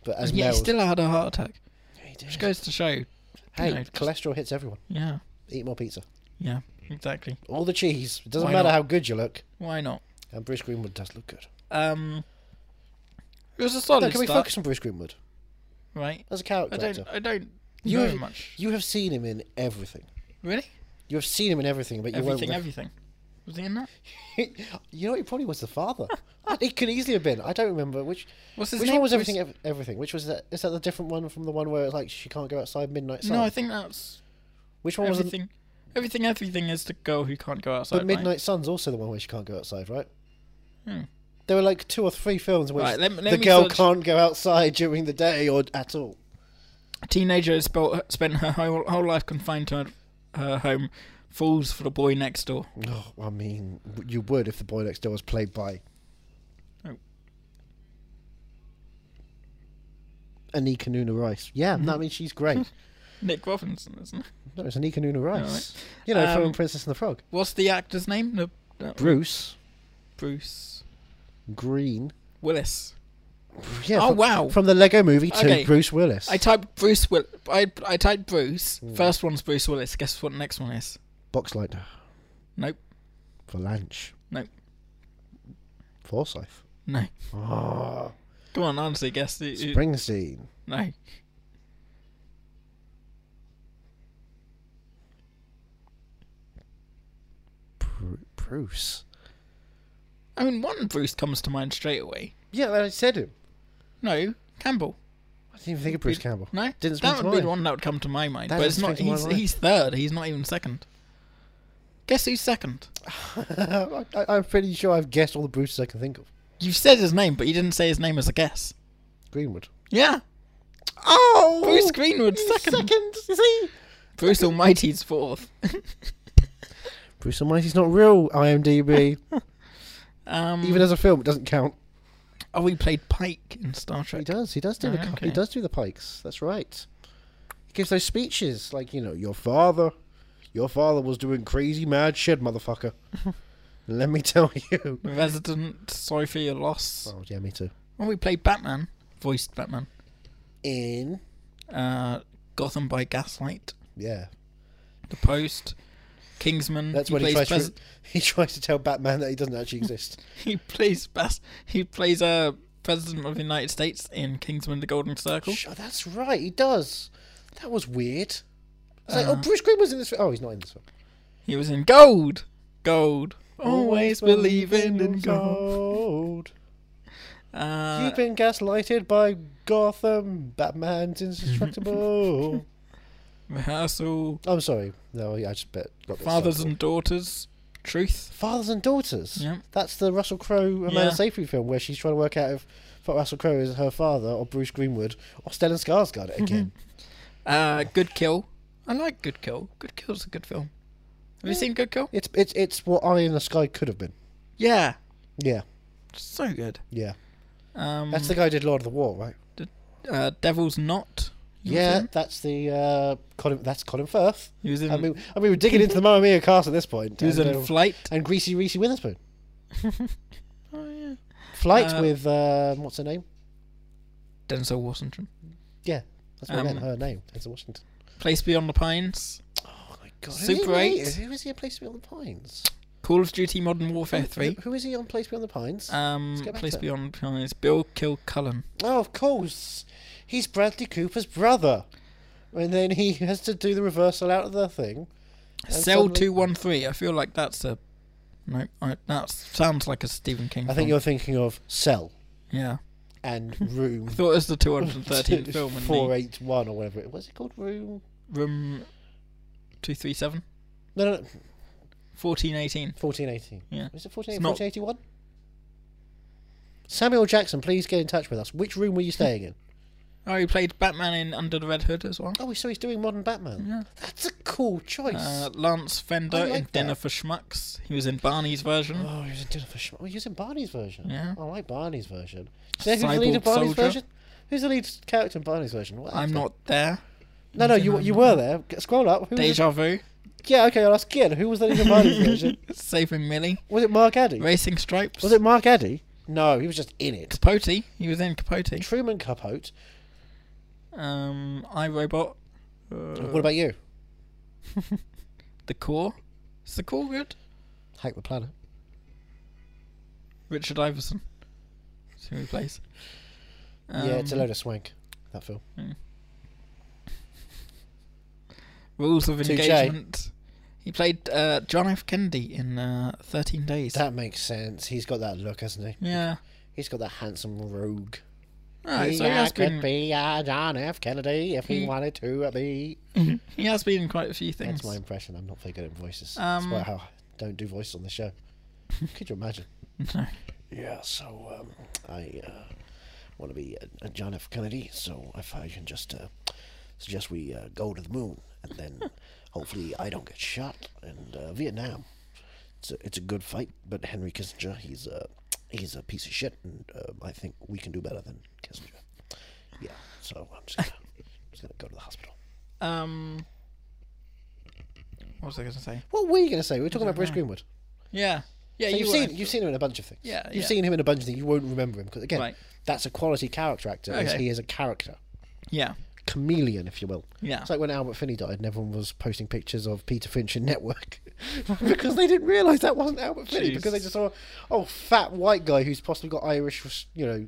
A: But as
B: Hmm. yeah.
A: Mel,
B: He still had a heart attack.
A: he did.
B: Which goes to show.
A: hey,
B: you know, just-
A: cholesterol hits everyone.
B: Yeah.
A: Eat more pizza.
B: Yeah. Exactly.
A: All the cheese. It doesn't
B: Why
A: matter
B: not?
A: how good you look.
B: Why not?
A: And Bruce Greenwood does look good.
B: Um. It was a solid
A: No, can we
B: start,
A: focus on Bruce Greenwood
B: right?
A: as a character?
B: I don't.
A: actor?
B: I don't
A: you
B: know
A: have,
B: much.
A: You have seen him in everything.
B: Really?
A: You have seen him in everything, but you
B: Everything.
A: won't.
B: Everything. Was he in that?
A: you know, he probably was the father. it could easily have been. I don't remember which.
B: What's his
A: which
B: name?
A: one was
B: Bruce-
A: everything? Ev- everything. Which was that? Is that the different one from the one where it's like she can't go outside midnight sun?
B: No, I think that's
A: Which one was the-
B: everything. Everything. Everything is the girl who can't go outside.
A: But midnight sun's also the one where she can't go outside, right?
B: Hmm.
A: There were like two or three films where
B: Right, lem- let
A: the
B: me
A: girl
B: search-
A: can't go outside during the day or at all.
B: Right? Teenager has spelt, spent her whole, whole life confined to her, her home. Falls for the boy next door.
A: Oh, I mean, w- you would if the boy next door was played by
B: Oh.
A: Anika Nuna Rice. Yeah, no, I
B: Mm-hmm.
A: mean she's great.
B: Nick Robinson, isn't it?
A: no, it's Anika Nuna Rice. You know,
B: Um,
A: from Princess and the Frog.
B: What's the actor's name? The, that-
A: Bruce
B: Bruce
A: Green.
B: Willis.
A: Yeah,
B: Oh,
A: from,
B: wow.
A: From the Lego Movie to
B: Okay.
A: Bruce Willis.
B: I typed Bruce Will. I I typed Bruce.
A: Hmm.
B: First one's Bruce Willis. Guess what the next one is?
A: Boxlight
B: Nope.
A: for Lanch.
B: Nope.
A: Forsyth.
B: No. Uh,
A: Oh,
B: Come on, honestly, guess. Who, who-
A: Springsteen.
B: no.
A: Bru- Bruce.
B: I mean, one Bruce comes to mind straight away.
A: Yeah, I said him.
B: No, Campbell.
A: I didn't even think of Bruce Campbell.
B: No,
A: didn't spring
B: that
A: to
B: would be
A: mind.
B: the one that would come to my mind.
A: That
B: but it's
A: doesn't
B: not.
A: spring to my
B: He's
A: mind.
B: he's third. He's not even second. Guess who's second?
A: I, I, I'm pretty sure I've guessed all the Bruces I can think of.
B: You said his name, but you didn't say his name as a guess.
A: Greenwood.
B: Yeah,
A: Oh,
B: Bruce Greenwood's second.
A: Second, is he?
B: Bruce Almighty's fourth.
A: Bruce Almighty's not real. IMDb.
B: Um,
A: even as a film, it doesn't count.
B: oh, he played Pike in Star Trek.
A: He does. He does do the.
B: Oh,
A: He
B: okay.
A: does do the pikes. That's right. He gives those speeches like you know your father, your father was doing crazy mad shit, motherfucker. Let me tell you.
B: Resident Sophia Loss.
A: Oh yeah, me too.
B: Well, we played Batman, voiced Batman.
A: In
B: Uh, Gotham by Gaslight,
A: yeah,
B: The Post, Kingsman.
A: that's
B: he
A: when he
B: plays
A: tries
B: pres-
A: to. He tries to tell Batman that he doesn't actually exist.
B: he plays bas- he plays uh, president of the United States in Kingsman: The Golden Circle.
A: Sh- oh, that's right. He does. That was weird. It's like, oh, Bruce Green was in this. Film. Oh, he's not in this film.
B: He was in Gold, Gold, always believing in gold.
A: gold.
B: Uh,
A: You've been gaslighted by Gotham. Batman's indestructible.
B: rehearsal,
A: I'm sorry. No, yeah, I just bet. Got this
B: fathers
A: stuff.
B: and daughters, Truth.
A: fathers and daughters.
B: Yeah.
A: That's the Russell Crowe Amanda
B: Yeah.
A: Seyfried film where she's trying to work out if Russell Crowe is her father or Bruce Greenwood or Stellan Skarsgård
B: Mm-hmm.
A: again.
B: Uh, Good Kill. I like Good Kill. Good Kill's a good film. Have you seen Good Kill?
A: it's it's it's what Eye in the Sky could have been.
B: Yeah,
A: Yeah,
B: so good.
A: yeah.
B: Um,
A: That's the guy who did Lord of the War, right?
B: uh, Devil's Knot. He was
A: Yeah,
B: in.
A: that's the uh, Colin. That's Colin Firth.
B: he was in.
A: I mean, I mean, we're digging into the Mamma Mia cast at this point.
B: he was in
A: and, uh,
B: Flight.
A: and Greasy Reese Witherspoon. Flight
B: Uh,
A: with Oh, um, what's her name?
B: Denzel Washington.
A: Yeah, that's what I meant,
B: um,
A: her name. It's Washington.
B: Place Beyond the Pines.
A: Oh my god!
B: who is he Super related- Eight.
A: Who is he on Place Beyond the Pines?
B: Call of Duty: Modern Warfare Three.
A: Who is he on Place Beyond the Pines?
B: Um,
A: get back
B: Place
A: to it.
B: Beyond the Pines. Bill Kilcullen.
A: oh, of course. He's Bradley Cooper's brother. And then he has to do the reversal out of the thing.
B: Cell
A: suddenly-
B: two one three. I feel like that's a no. I, that sounds like a Stephen King.
A: I think
B: film.
A: you're thinking of Cell
B: Yeah.
A: and Room.
B: I thought it was the two hundred and thirteenth film and
A: Four
B: the
A: eight one or whatever. it- What's it called? Room?
B: room two three seven.
A: No, no, no.
B: Fourteen eighteen.
A: fourteen eighteen.
B: Yeah.
A: Is it fourteen
B: It's
A: eighteen?
B: not-
A: Fourteen eighty one. Samuel Jackson, please get in touch with us. Which room were you staying in?
B: Oh, he played Batman in Under the Red Hood as well.
A: Oh, so he's doing modern Batman.
B: Yeah.
A: That's a cool choice.
B: Uh, Lance Fender
A: I
B: in
A: like
B: Dinner
A: that.
B: for Schmucks. He was in Barney's version.
A: oh, he was in Dinner for Schmucks. Oh, he was in Barney's version.
B: Yeah.
A: I like Barney's version. Do you know who's the lead
B: Cyborg
A: of Barney's
B: soldier.
A: version? Who's the lead character in Barney's version? What
B: I'm
A: actor?
B: not there.
A: No, no, you you were there. G- Scroll up. Who was the-
B: Deja Vu.
A: Yeah, okay, I'll ask again. Who was the lead of Barney's version?
B: Saving Millie.
A: Was it Mark Addy?
B: Racing Stripes.
A: Was it Mark Addy? No, he was just in it.
B: Capote? He was in Capote.
A: Truman Capote.
B: Um, iRobot. Uh,
A: what about you?
B: The Core. Is The Core good?
A: Hack the Planet.
B: Richard Iverson. That's who he plays.
A: yeah, it's a
B: Um,
A: load of swank. That film.
B: Rules of
A: Touche.
B: Engagement. He played uh, John F. Kennedy in uh, 13 Days.
A: That makes sense. He's got that look, hasn't he?
B: yeah.
A: He's got that handsome rogue.
B: Alright,
A: he
B: so he has,
A: could
B: been,
A: be a John F. Kennedy if he
B: He-
A: wanted to be.
B: he has been in quite a few things.
A: That's my impression. I'm not very good at voices.
B: Um,
A: That's why I don't do voices on the show. could you imagine?
B: No.
A: Yeah, so um, I uh, want to be a, a John F. Kennedy, so if I can just uh, suggest we uh, go to the moon, and then hopefully I don't get shot in uh, Vietnam. It's a, it's a good fight, but Henry Kissinger, he's a, he's a piece of shit, and uh, I think we can do better than Kissinger. Yeah, so I'm just gonna, just gonna go to the hospital.
B: Um, what was I going to say?
A: What were you gonna say? We were talking about Bruce Greenwood.
B: Yeah. Yeah,
A: So
B: you
A: you've
B: were.
A: seen you've seen him in a bunch of things.
B: Yeah,
A: you've
B: yeah.
A: seen him in a bunch of things. You won't remember him because again,
B: Right.
A: that's a quality character actor. is
B: Okay.
A: He is a character
B: Yeah.
A: chameleon, if you will.
B: Yeah.
A: It's like when Albert Finney died, and everyone was posting pictures of Peter Finch in Network because they didn't realise that wasn't Albert Finney because they
B: Jeez.
A: just saw, oh, fat white guy who's possibly got Irish, you know,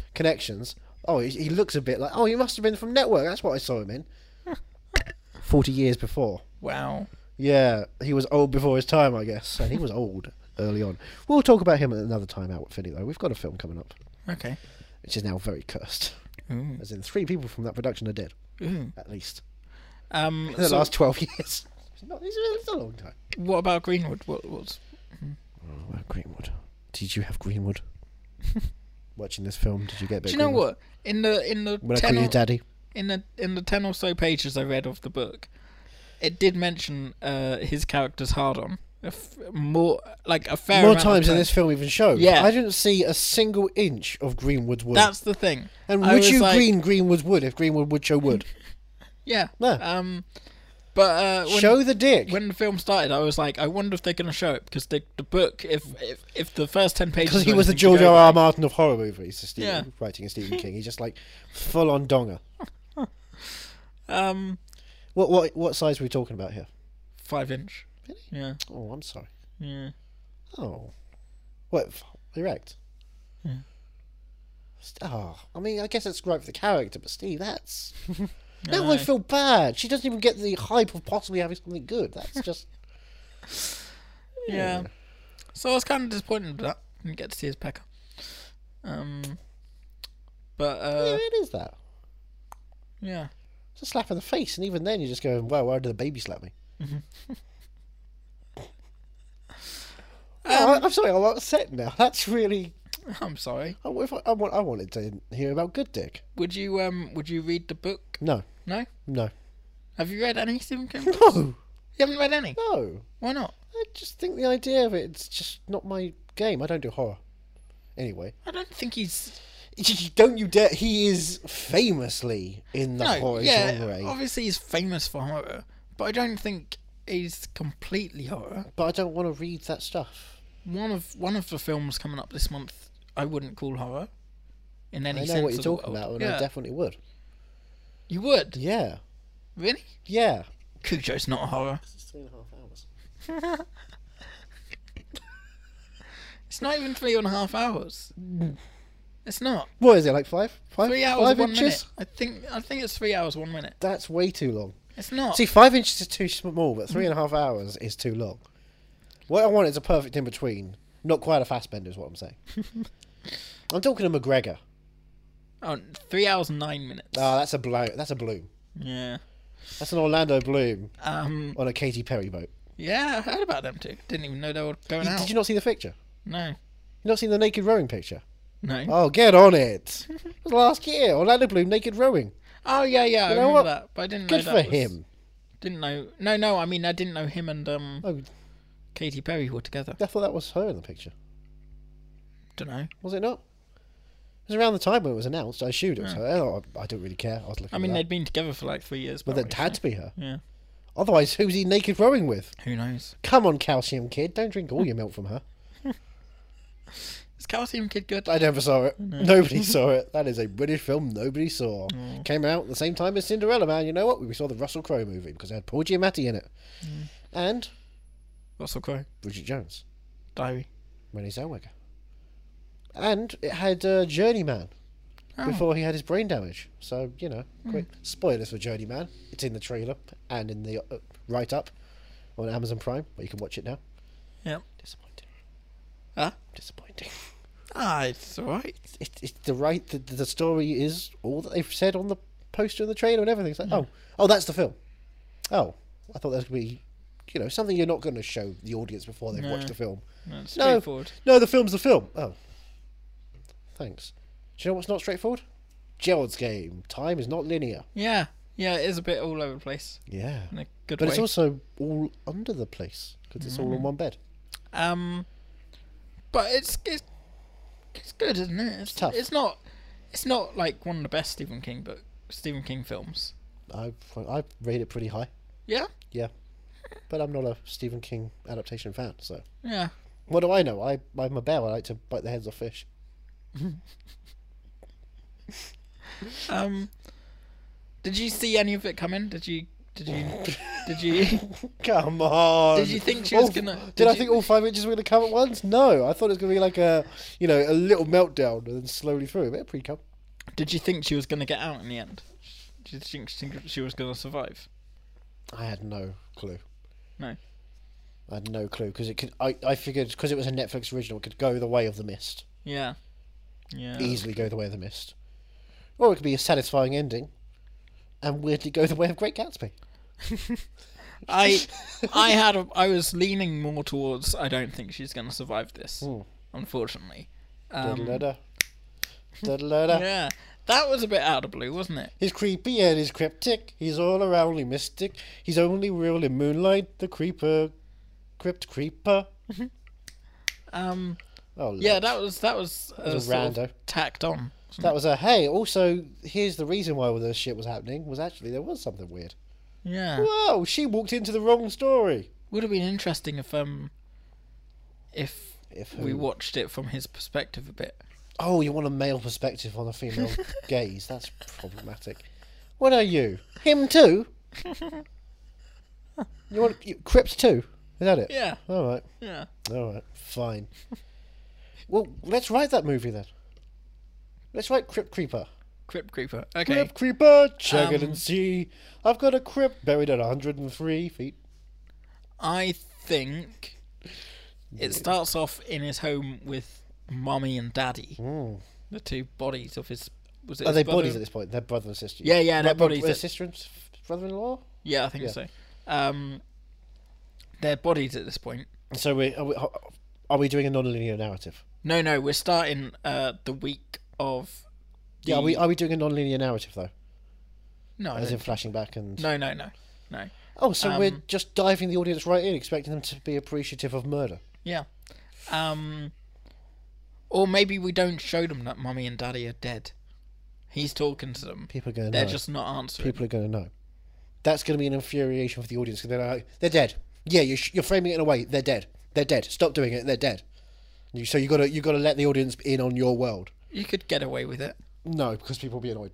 A: connections. Oh, he, he looks a bit like. Oh, he must have been from Network. That's what I saw him in. Forty years before.
B: Wow.
A: Yeah, he was old before his time, I guess, and he was old early on. We'll talk about him at another time, Albert Finney. Though we've got a film coming up,
B: Okay.
A: which is now very cursed.
B: Ooh.
A: As in, three people from that production are dead,
B: Ooh.
A: at least
B: Um,
A: in the
B: Mm. so
A: last 12 years. It's not, it's, it's not a long time. Oh,
B: what about Greenwood? What was?
A: Greenwood. Did you have Greenwood? Watching this film, did you get a bit
B: Do you know
A: Greenwood?
B: what? In the in the
A: When I
B: ten
A: call you
B: or,
A: daddy.
B: in the in the ten or so pages I read of the book, it did mention uh, his character's hard on a f- more like a fair
A: More
B: amount of
A: times than
B: time.
A: this film even showed.
B: Yeah.
A: I didn't see a single inch of Greenwood's wood.
B: That's the thing.
A: and
B: I
A: would
B: was
A: you
B: like-
A: green Greenwood's wood if Greenwood would show wood?
B: Yeah.
A: No.
B: Um, but uh, when,
A: show the dick.
B: when the film started, I was like, I wonder if they're going to show it because the the book, if if if the first ten pages,
A: because he
B: are
A: was the
B: anything to go
A: George R. R.
B: by-
A: Martin of horror movies, the Stephen,
B: Yeah.
A: writing a Stephen King. He's just like full on donger.
B: um,
A: What what what size are we talking about here?
B: five inch. Yeah.
A: Oh, I'm sorry.
B: Yeah.
A: Oh. What? f- Erect? Yeah. Oh, I mean, I guess it's right for the character, but Steve, that's. now I feel bad. She doesn't even get the hype of possibly having something good. That's just.
B: Yeah. So I was kind of disappointed with that. Didn't get to see his pecker. Um, but
A: yeah,
B: uh,
A: it is that.
B: yeah,
A: It's a slap in the face, and even then you're just going, wow, why did the baby slap me? No, I- Oh, I'm sorry, I'm upset now. That's really.
B: I'm sorry.
A: I, if I, I, want, I wanted to hear about Good Dick.
B: Would you um would you read the book?
A: No,
B: No.
A: no.
B: Have you read any Stephen King? books?
A: No,
B: You haven't read any.
A: no.
B: Why not?
A: I just think the idea of it's just not my game. I don't do horror. Anyway.
B: I don't think he's
A: Don't you dare! He is famously in the
B: no.
A: horror
B: Yeah,
A: genre,
B: obviously he's famous for horror, but I don't think he's completely horror.
A: but I don't want to read that stuff.
B: One of one of the films coming up this month, I wouldn't call horror. In any
A: I know
B: sense
A: what you're
B: of the
A: talking
B: word.
A: about, and
B: yeah.
A: I definitely would.
B: you would
A: Yeah,
B: really.
A: yeah.
B: Cujo's not a horror.
A: Three and a half hours.
B: It's not even three and a half hours. It's not.
A: What is it like five? Five?
B: Three hours
A: Mm. five
B: one
A: inches?
B: minute. I think I think it's three hours one minute.
A: That's way too long.
B: It's not.
A: See, five inches is too small, but three and a half hours is too long. What I want is a perfect in between. Not quite a fast bender, is what I'm saying. I'm talking to McGregor.
B: Oh, three hours and nine minutes.
A: Ah, that's a blow. That's a bloom.
B: yeah.
A: That's an Orlando Bloom
B: Um.
A: on a Katy Perry boat.
B: Yeah, I heard about them too. Didn't even know they were going out.
A: Did you not see the picture?
B: No.
A: You not seen the naked rowing picture?
B: No. Oh,
A: Oh, get on it! It was last year. Orlando Bloom naked rowing.
B: Oh, yeah, yeah. I
A: know
B: remember
A: what?
B: that, but I didn't
A: Good
B: know
A: for
B: that was-
A: him.
B: Didn't know. No, no. I mean, I didn't know him and um
A: Oh,
B: Katy Perry were together.
A: I thought that was her in the picture.
B: Don't know.
A: Was it not? It was around the time when it was announced. I assumed it was her. Oh, I, I don't really care. I was looking.
B: I mean,
A: it up.
B: they'd been together for like three years.
A: but it
B: probably,
A: had
B: so-
A: to be her.
B: Yeah.
A: Otherwise, who's he naked rowing with?
B: Who knows?
A: Come on, calcium kid. Don't drink all your milk from her.
B: Is Calcium Kid good?
A: I never saw it. Nobody saw it. That is a British film nobody saw. Came out at the same time as Cinderella Man. You know what? We saw the Russell Crowe movie because it had Paul Giamatti in it,
B: Mm.
A: and
B: Russell Crowe.
A: Bridget Jones,
B: Diary.
A: Renee Zellweger, and it had uh, Journeyman before he had his brain damage. So you know, quick spoilers for Journeyman. It's in the trailer and in the uh, write up on Amazon Prime, where you can watch it now.
B: Yep.
A: Disappointing.
B: Huh?
A: Disappointing.
B: Ah, it's alright.
A: it, it's the right the, the story is all that they've said on the poster and the trailer and everything. It's like, oh, oh, that's the film. Oh, I thought that would be, you know, something you're not going to show the audience before they've watched the film.
B: No, it's
A: No,
B: straightforward.
A: no, the film's the film. Oh, thanks. Do you know what's not straightforward? Gerald's game. Time is not linear.
B: Yeah. Yeah, it is a bit all over the place
A: Yeah,
B: in a good
A: but
B: way. Mm.
A: it's also all under the place because it's all in one bed.
B: Um, but it's it's it's good, isn't it? It's,
A: tough.
B: It's not it's not like one of the best Stephen King book Stephen King films.
A: I I rate it pretty high.
B: Yeah,
A: Yeah, but I'm not a Stephen King adaptation fan, so.
B: yeah.
A: What do I know? I, I'm a bear. I like to bite the heads off fish.
B: Um, did you see any of it coming? Did you? Did you? did you?
A: Come on.
B: Did you think she was
A: All-
B: gonna-
A: Did,
B: did
A: I
B: you-
A: think all five inches were gonna come at once? No, I thought it was gonna be like a, you know, a little meltdown and then slowly through. But it pretty come.
B: Did you think she was gonna get out in the end? Did you think she, think she was gonna survive?
A: I had no clue.
B: No.
A: I had no clue because it could. I, I figured because it was a Netflix original, it could go the way of the mist.
B: Yeah. Yeah.
A: Easily go the way of the mist, or it could be a satisfying ending, and weirdly go the way of Great Gatsby.
B: I I had a, I was leaning more towards I don't think she's gonna survive this. Unfortunately. Um,
A: Da-da-da-da. Da-da-da-da.
B: yeah. That was a bit out of blue, wasn't it?
A: He's creepy and he's cryptic. He's all around me mystic. He's only real in moonlight. The creeper, crypt creeper.
B: Um
A: Oh, Lord.
B: yeah, that was that was, uh,
A: was a
B: sort of
A: rando.
B: tacked on.
A: that was a hey. Also, here's the reason why all this shit was happening was actually there was something weird.
B: Yeah.
A: Whoa, she walked into the wrong story.
B: Would have been interesting if um if
A: If
B: we
A: who-
B: watched it from his perspective a bit.
A: Oh, you want a male perspective on a female gaze? That's problematic. What are you? Him too? you want you, crypt too? Is that it?
B: Yeah.
A: All right.
B: Yeah.
A: All right, fine. well, let's write that movie then. Let's write Crypt Creeper.
B: Crypt Creeper. Okay.
A: Crypt Creeper, check
B: Um,
A: it and see. I've got a crypt buried at 103 feet.
B: I think it starts off in his home with mommy and daddy, the two bodies of his. Was it
A: Hmm. Are
B: his
A: they
B: brother?
A: bodies at this point? They're brother and sister.
B: Yeah, yeah,
A: Bro-
B: they're
A: bro-
B: bodies
A: bro-
B: that-
A: Sister and brother in law?
B: Yeah, I think so. Um, they're bodies at this point.
A: So we are, we are we doing a non linear narrative?
B: No, no, we're starting uh, the week of.
A: Yeah, are we,
B: the-
A: are we doing a non linear narrative though?
B: No, I
A: As in
B: don't-
A: flashing back and.
B: no, Um, no, no, no.
A: Oh, so we're just diving the audience right in, expecting them to be appreciative of murder.
B: Yeah. Um, or maybe we don't show them that mommy and daddy are dead. He's talking to them.
A: People are going to
B: They're
A: know.
B: just not answering.
A: people are going to know. That's going to be an infuriation for the audience because they're like, they're dead. Yeah, you're, sh- you're framing it in a way. They're dead. They're dead. Stop doing it. They're dead. You, so you got to you got to let the audience in on your world.
B: You could get away with it.
A: No, because people will be annoyed.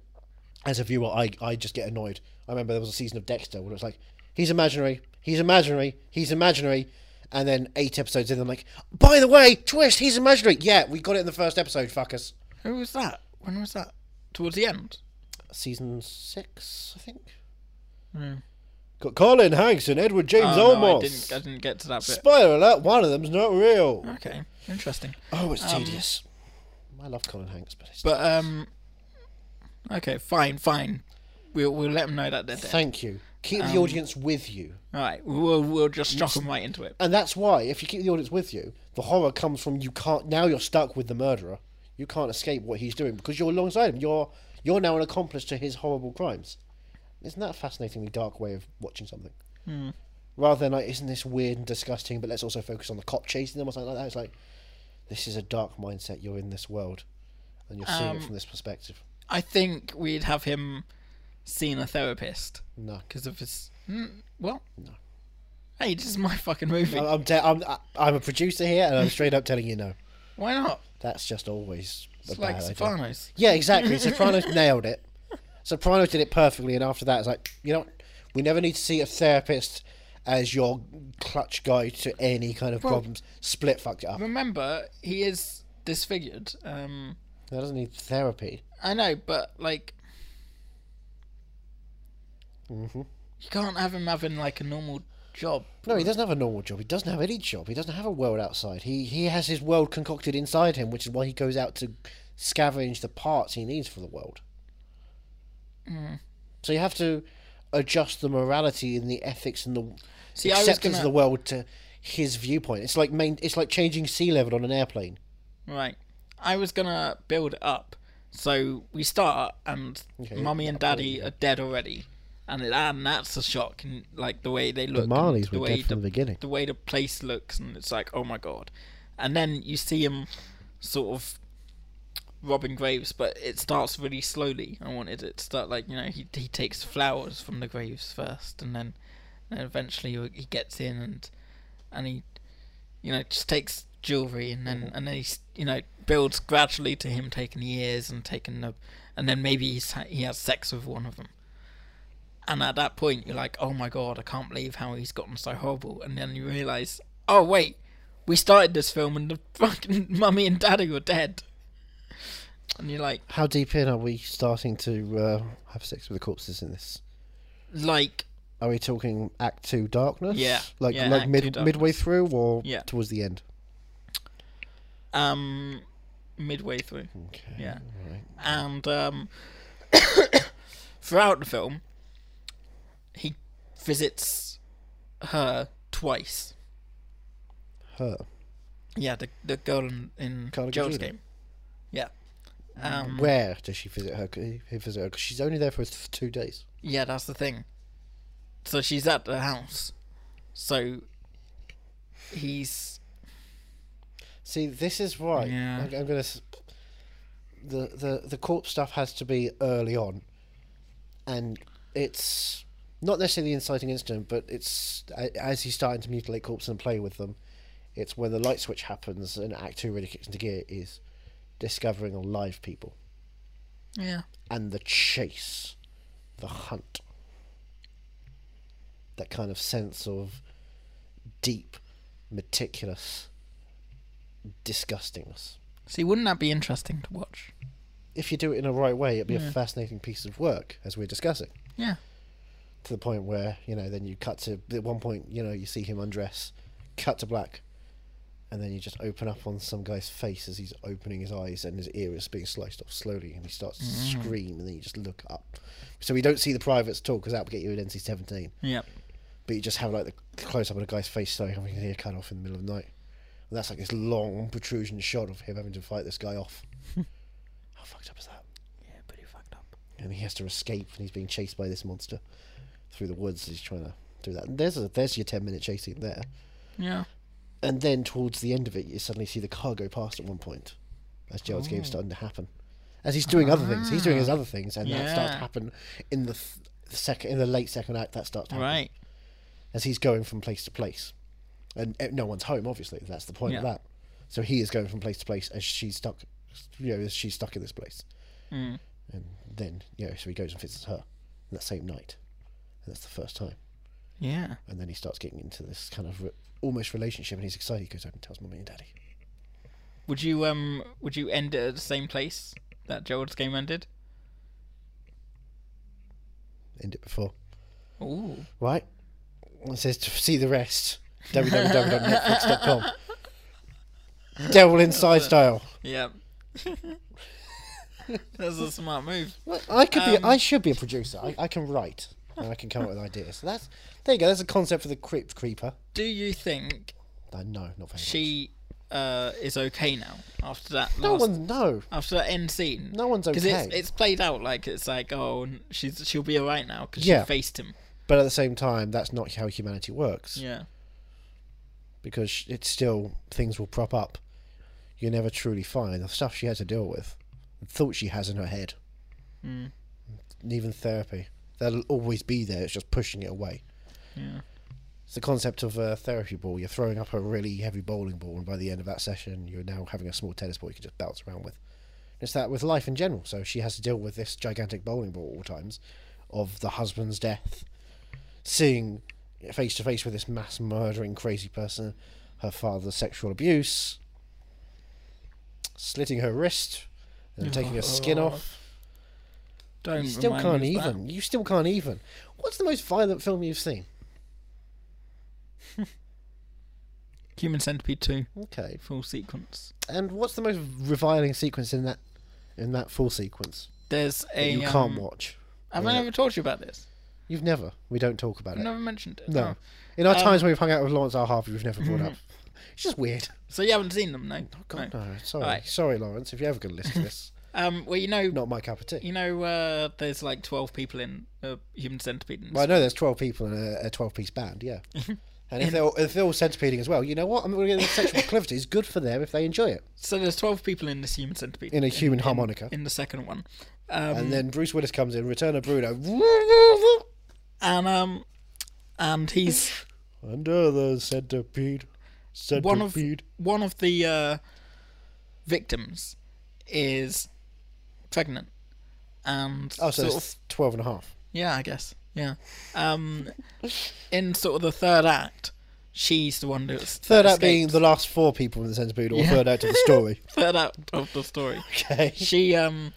A: As a viewer, I, I just get annoyed. I remember there was a season of Dexter where it was like, he's imaginary, he's imaginary, he's imaginary, and then eight episodes in, I'm like, by the way, twist, he's imaginary. Yeah, we got it in the first episode, fuckers.
B: Who was that? When was that? Towards the end.
A: Season six, I think.
B: Hmm.
A: Got Colin Hanks and Edward James
B: Oh, no, I
A: Olmos.
B: didn't. I didn't get to that bit.
A: Spoiler alert, one of them's not real.
B: Okay, interesting.
A: Oh, it's
B: Um,
A: tedious. I love Colin Hanks, but it's.
B: But um, okay, fine, fine. We'll we'll let them know that they're dead.
A: Thank you. Keep
B: um,
A: the audience with you.
B: All right, we'll we'll just chuck them right into it.
A: And that's why, if you keep the audience with you, the horror comes from you can't. Now you're stuck with the murderer. You can't escape what he's doing because you're alongside him. You're you're now an accomplice to his horrible crimes. Isn't that a fascinatingly dark way of watching something?
B: Hmm.
A: Rather than like, isn't this weird and disgusting? But let's also focus on the cop chasing them or something like that. It's like, this is a dark mindset. You're in this world, and you're seeing
B: Um,
A: it from this perspective.
B: I think we'd have him seeing a therapist
A: No,
B: because of his. Mm, well, no. Hey, this is my fucking movie.
A: I'm I'm, te- I'm I- I'm a producer here, and I'm straight up telling you no.
B: Why not?
A: That's just always a bad
B: It's like
A: idea.
B: Sopranos.
A: Yeah, exactly. Sopranos nailed it. Sopranos did it perfectly, and after that, it's like you know, what? we never need to see a therapist as your clutch guy to any kind of problems. Split fucked it up.
B: Remember, he is disfigured. Um,
A: That doesn't need therapy.
B: I know, but like, you can't have him having like a normal job.
A: No, he doesn't have a normal job. He doesn't have any job. He doesn't have a world outside. He he has his world concocted inside him, which is why he goes out to scavenge the parts he needs for the world.
B: Hmm.
A: So you have to adjust the morality and the ethics and the
B: See, I was
A: acceptance
B: gonna
A: of the world to his viewpoint. It's like main, it's like changing sea level on an airplane.
B: right. I was gonna build it up. So we start, and mummy and daddy are dead already, and it- and that's a shock. And like the way they look, and
A: Marleys were
B: way
A: dead from the beginning.
B: The way the place looks, and it's like, oh my god. And then you see him, sort of robbing graves, but it starts really slowly. I wanted it to start like you know he he takes flowers from the graves first, and then and eventually he gets in and and he you know just takes jewelry and
A: Mm-hmm.
B: then and then he you know builds gradually to him taking the ears and taking the and then maybe he's ha- he has sex with one of them. And at that point, you're like, "Oh my god, I can't believe how he's gotten so horrible." And then you realize, "Oh wait, we started this film and the fucking mummy and daddy were dead." And you're like,
A: How deep in are we starting to uh, have sex with the corpses in this?
B: like,
A: Are we talking Act Two Darkness?
B: Yeah,
A: like
B: yeah,
A: like
B: Act Two
A: mid
B: Darkness.
A: midway through or
B: Yeah.
A: towards the end.
B: um, midway through.
A: Okay.
B: Yeah. And um, throughout the film, he visits her twice.
A: Her.
B: Yeah, the the girl in, in
A: Carla
B: Joel's
A: Gugino.
B: game. Yeah. Um,
A: Where does she visit her? He he visit her 'cause she's only there for th- two days.
B: Yeah, that's the thing. So she's at the house. So he's
A: See, this is why
B: Yeah.
A: I'm, I'm gonna. s- The the the corpse stuff has to be early on, and it's not necessarily the inciting incident, but it's a- as he's starting to mutilate corpses and play with them. It's when the light switch happens and Act Two really kicks into gear is discovering alive people
B: yeah.
A: and the chase, the hunt, that kind of sense of deep, meticulous disgustingness.
B: See, wouldn't that be interesting to watch?
A: If you do it in a right way, it'd be a fascinating piece of work, as we're discussing.
B: Yeah.
A: To the point where you know, then you cut to at one point, you know, you see him undress, cut to black, and then you just open up on some guy's face as he's opening his eyes and his ear is being sliced off slowly, and he starts to scream, and then you just look up. So we don't see the privates at all because that would get you an NC seventeen.
B: Yeah.
A: but you just have like the close up of a guy's face starting having his ear cut off in the middle of the night. And that's like this long protrusion shot of him having to fight this guy off. How fucked up is that?
B: Yeah, pretty fucked up.
A: And he has to escape and he's being chased by this monster through the woods. He's trying to do that. And there's a, there's your 10 minute chase scene there.
B: Yeah.
A: And then towards the end of it, you suddenly see the car go past at one point as Gerald's game's starting to happen. As he's doing other things, he's doing his other things, and that starts to
B: Yeah.
A: happen in the th- second, in the late second act. That starts to happen
B: Right.
A: as he's going from place to place. And eh, no one's home, obviously. That's the point of
B: Yeah.
A: that. So he is going from place to place as she's stuck, you know, as she's stuck in this place. And then, you know, so he goes and visits her that same night. And that's the first time.
B: Yeah.
A: And then he starts getting into this kind of re- almost relationship and he's excited. He goes home and tells mummy and daddy.
B: Would you um would you end it at the same place that Gerald's game ended?
A: End it before.
B: Ooh.
A: Right? It says to see the rest. www.netflix.com. Devil Inside Style.
B: Yeah. That's a smart move.
A: I could be.
B: Um,
A: I should be a producer. I, I can write and I can come up with ideas. So that's there you go. That's a concept for the Crypt Creeper.
B: Do you think
A: Uh, no, not very. much.
B: she uh, is okay now after that
A: No
B: last,
A: one. No.
B: after that end scene?
A: No one's
B: Because it's,
A: okay.
B: it's played out like it's like oh n- she's she'll be alright now because
A: Yeah.
B: she faced him.
A: But at the same time, that's not how humanity works.
B: Yeah.
A: Because it's still things will prop up. You're never truly fine. The stuff she had to deal with, the thoughts she has in her head, and even therapy, that'll always be there. It's just pushing it away.
B: Yeah.
A: It's the concept of a therapy ball. You're throwing up a really heavy bowling ball, and by the end of that session, you're now having a small tennis ball you can just bounce around with. And it's that with life in general. So she has to deal with this gigantic bowling ball at all times, of the husband's death, seeing face to face with this mass murdering crazy person, her father's sexual abuse, slitting her wrist, and then taking her skin off.
B: Don't
A: You still
B: Oh, remind
A: can't
B: me of that.
A: even. You still can't even. What's the most violent film you've seen?
B: Human Centipede two
A: Okay,
B: full sequence.
A: And what's the most reviling sequence in that in that full sequence
B: There's
A: that
B: a
A: you
B: um,
A: can't watch?
B: Have I ever told you about this?
A: You've never. We don't talk about
B: I've
A: it.
B: never mentioned it.
A: No.
B: Oh.
A: In our times when we've hung out with Lawrence R. Harvey, we've never brought up. It's just weird.
B: So you haven't seen them, no?
A: Oh, God, no. Sorry,
B: Alright.
A: sorry, Lawrence. If you're ever going to listen to this,
B: Um, well, you know,
A: not my cup of tea.
B: you know, uh, there's like 12 people in uh, Human Centipede. and
A: Well, I know there's 12 people in a, a 12 piece band, yeah. And if they're, all- if they're all centipeding as well, you know what? I'm going to get the sexual proclivity is good for them if they enjoy it.
B: So there's 12 people in this Human Centipede.
A: In a human harmonica.
B: In the second one.
A: and then Bruce Willis comes in, Return of Bruno.
B: And, um, and he's
A: Under the centipede. Centipede.
B: one of, one of the, uh, victims is pregnant. And
A: Oh, so
B: sort
A: it's 12 and a half.
B: Yeah, I guess. Yeah. Um, in sort of the third act, she's the one that's
A: Third
B: that
A: out being
B: escapes.
A: the last four people in the centipede, or
B: Yeah.
A: third out of the story.
B: third act of the story.
A: okay.
B: She um,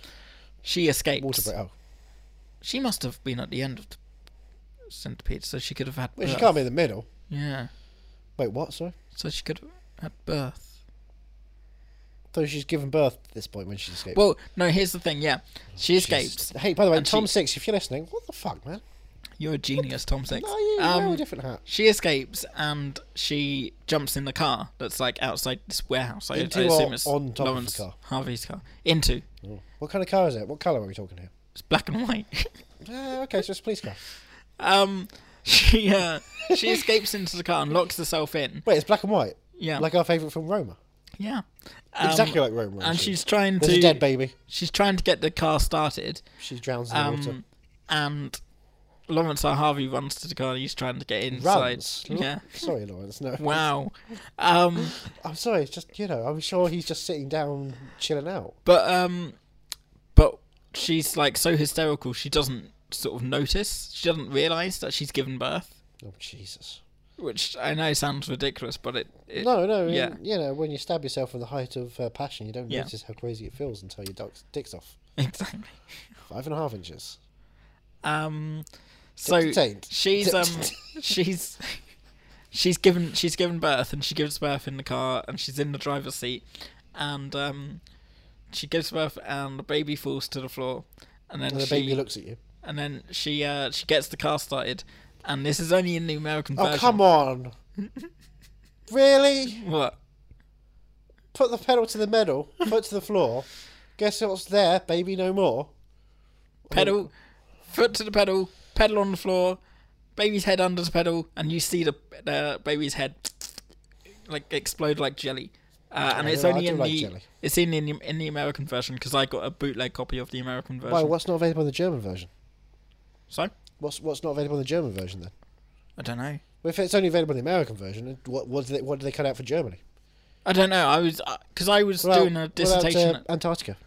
B: she escapes.
A: Water break. Oh,
B: She must have been at the end of the centipede, so she could have had.
A: well,
B: birth.
A: she can't be in the middle.
B: Yeah,
A: Wait, what? Sorry.
B: so she could have had birth.
A: So she's given birth at this point when she escaped.
B: Well, no. Here's the thing. Yeah, she escapes.
A: hey, by the way,
B: and
A: Tom
B: she-
A: Six, if you're listening, what the fuck, man?
B: You're a genius, Tom Six.
A: Oh, you
B: Um,
A: wear a different hat.
B: She escapes and she jumps in the car that's like outside this warehouse. I,
A: Into
B: I assume
A: or
B: it's
A: on top of the
B: Lawrence
A: car?
B: Harvey's car. Into.
A: What kind of car is it? What colour are we talking here?
B: It's black and white.
A: Uh, okay, so it's a police car.
B: um, she uh, she escapes into the car and locks herself in.
A: Wait, it's black and white.
B: Yeah.
A: Like our favourite film, Roma.
B: Yeah. Um,
A: Exactly like Roma.
B: And
A: actually.
B: she's trying
A: There's
B: to
A: a dead baby.
B: she's trying to get the car started,
A: She drowns in the water.
B: um, and Lawrence R. Harvey runs to the car. He's trying to get inside.
A: Runs.
B: Yeah.
A: Sorry, Lawrence. No.
B: Wow. Um,
A: I'm sorry. It's just you know. I'm sure he's just sitting down, chilling out.
B: but um, but she's like so hysterical. She doesn't sort of notice. She doesn't realize that she's given birth.
A: Oh Jesus.
B: Which I know sounds ridiculous, but it, it
A: No, no.
B: yeah,
A: Yeah. You know, when you stab yourself with the height of uh, passion, you don't
B: Yeah.
A: notice how crazy it feels until your duck's dick's off.
B: exactly.
A: Five and a half inches.
B: Um, so
A: Detained.
B: she's um she's she's given she's given birth and she gives birth in the car and she's in the driver's seat and um she gives birth and the baby falls to the floor and then
A: And the
B: she,
A: baby looks at you.
B: and then she uh she gets the car started and this is only in the American
A: Oh,
B: version.
A: come on. really?
B: What?
A: Put the pedal to the metal, foot to the floor. Guess what's there? Baby no more. Oh.
B: Pedal, foot to the pedal, pedal on the floor, baby's head under the pedal, and you see the the baby's head like explode like jelly. Uh, and
A: Yeah,
B: it's
A: I
B: only
A: do
B: in
A: like
B: the
A: jelly.
B: it's in, in in the American version because I got a bootleg copy of the American version.
A: Why? What's not available in the German version?
B: So
A: What's What's not available in the German version then?
B: I don't know.
A: Well, if it's only available in the American version, what what did they, what did they cut out for Germany?
B: I don't know. I was because I was
A: What about-
B: doing a
A: what about,
B: dissertation.
A: uh, Antarctica.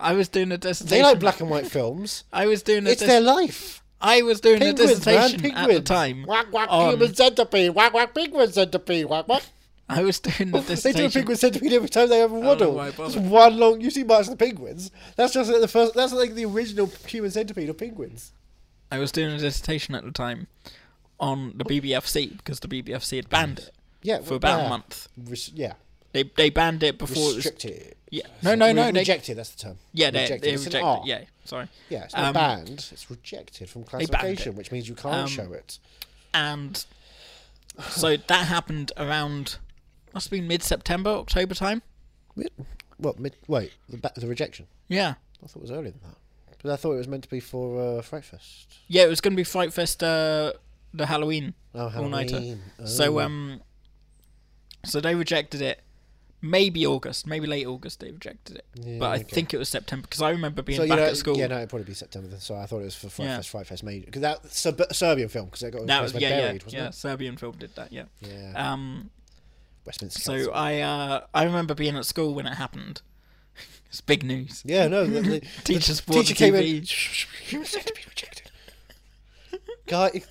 B: I was doing a dissertation.
A: They like black and white films.
B: I was doing a.
A: it's
B: dis-
A: their life.
B: I was doing a
A: Penguins, man,
B: dissertation at the
A: penguins.
B: time.
A: Whack whack
B: on-
A: human centipede. Whack whack penguin centipede. Whack whack.
B: I was doing
A: They do a
B: the dissertation. Oh,
A: penguin centipede every time they have a waddle.
B: why I
A: It's
B: bothered.
A: one long. You see March of the Penguins. That's just like the first. That's like the original human centipede of penguins.
B: I was doing a dissertation at the time on the BBFC because the BBFC had banned it
A: Yeah,
B: for about
A: yeah.
B: a month.
A: Res- yeah,
B: They they banned it before it was
A: restricted.
B: yeah. No, no, no.
A: Re-
B: They,
A: rejected. That's the term.
B: yeah, they
A: rejected.
B: they
A: It's an
B: rejected.
A: R.
B: Yeah, sorry.
A: yeah. It's not
B: Um,
A: banned. It's rejected from
B: banned
A: classification,
B: it.
A: which means you can't
B: Um,
A: show it.
B: and so that happened around must have been mid September, October time.
A: Mid- What? Mid, wait, the, ba- the rejection.
B: Yeah,
A: I thought it was earlier than that. But I thought it was meant to be for uh, Fright Fest.
B: yeah. It was going to be Fright Fest, uh, the Halloween
A: Oh,
B: all nighter.
A: Halloween. Oh.
B: So um, so they rejected it. Maybe August, maybe late August, they rejected it. but I
A: okay.
B: think it was September because I remember being
A: So you
B: back
A: know,
B: at school.
A: yeah, no, it'd probably be September. then, So I thought it was for Fright
B: Yeah.
A: Fest. Fright Fest made because that Serb- Serbian film because it got
B: That was
A: Westminster
B: yeah,
A: buried,
B: yeah,
A: wasn't
B: yeah.
A: it?
B: Serbian film did that, yeah.
A: Yeah.
B: Um,
A: Westminster.
B: so
A: Council.
B: I uh, I remember being at school when it happened. it's big news.
A: yeah, no, the, the,
B: Teachers
A: the
B: bought
A: teacher
B: the
A: came in.
B: TV.
A: Human centipede rejected. Guy,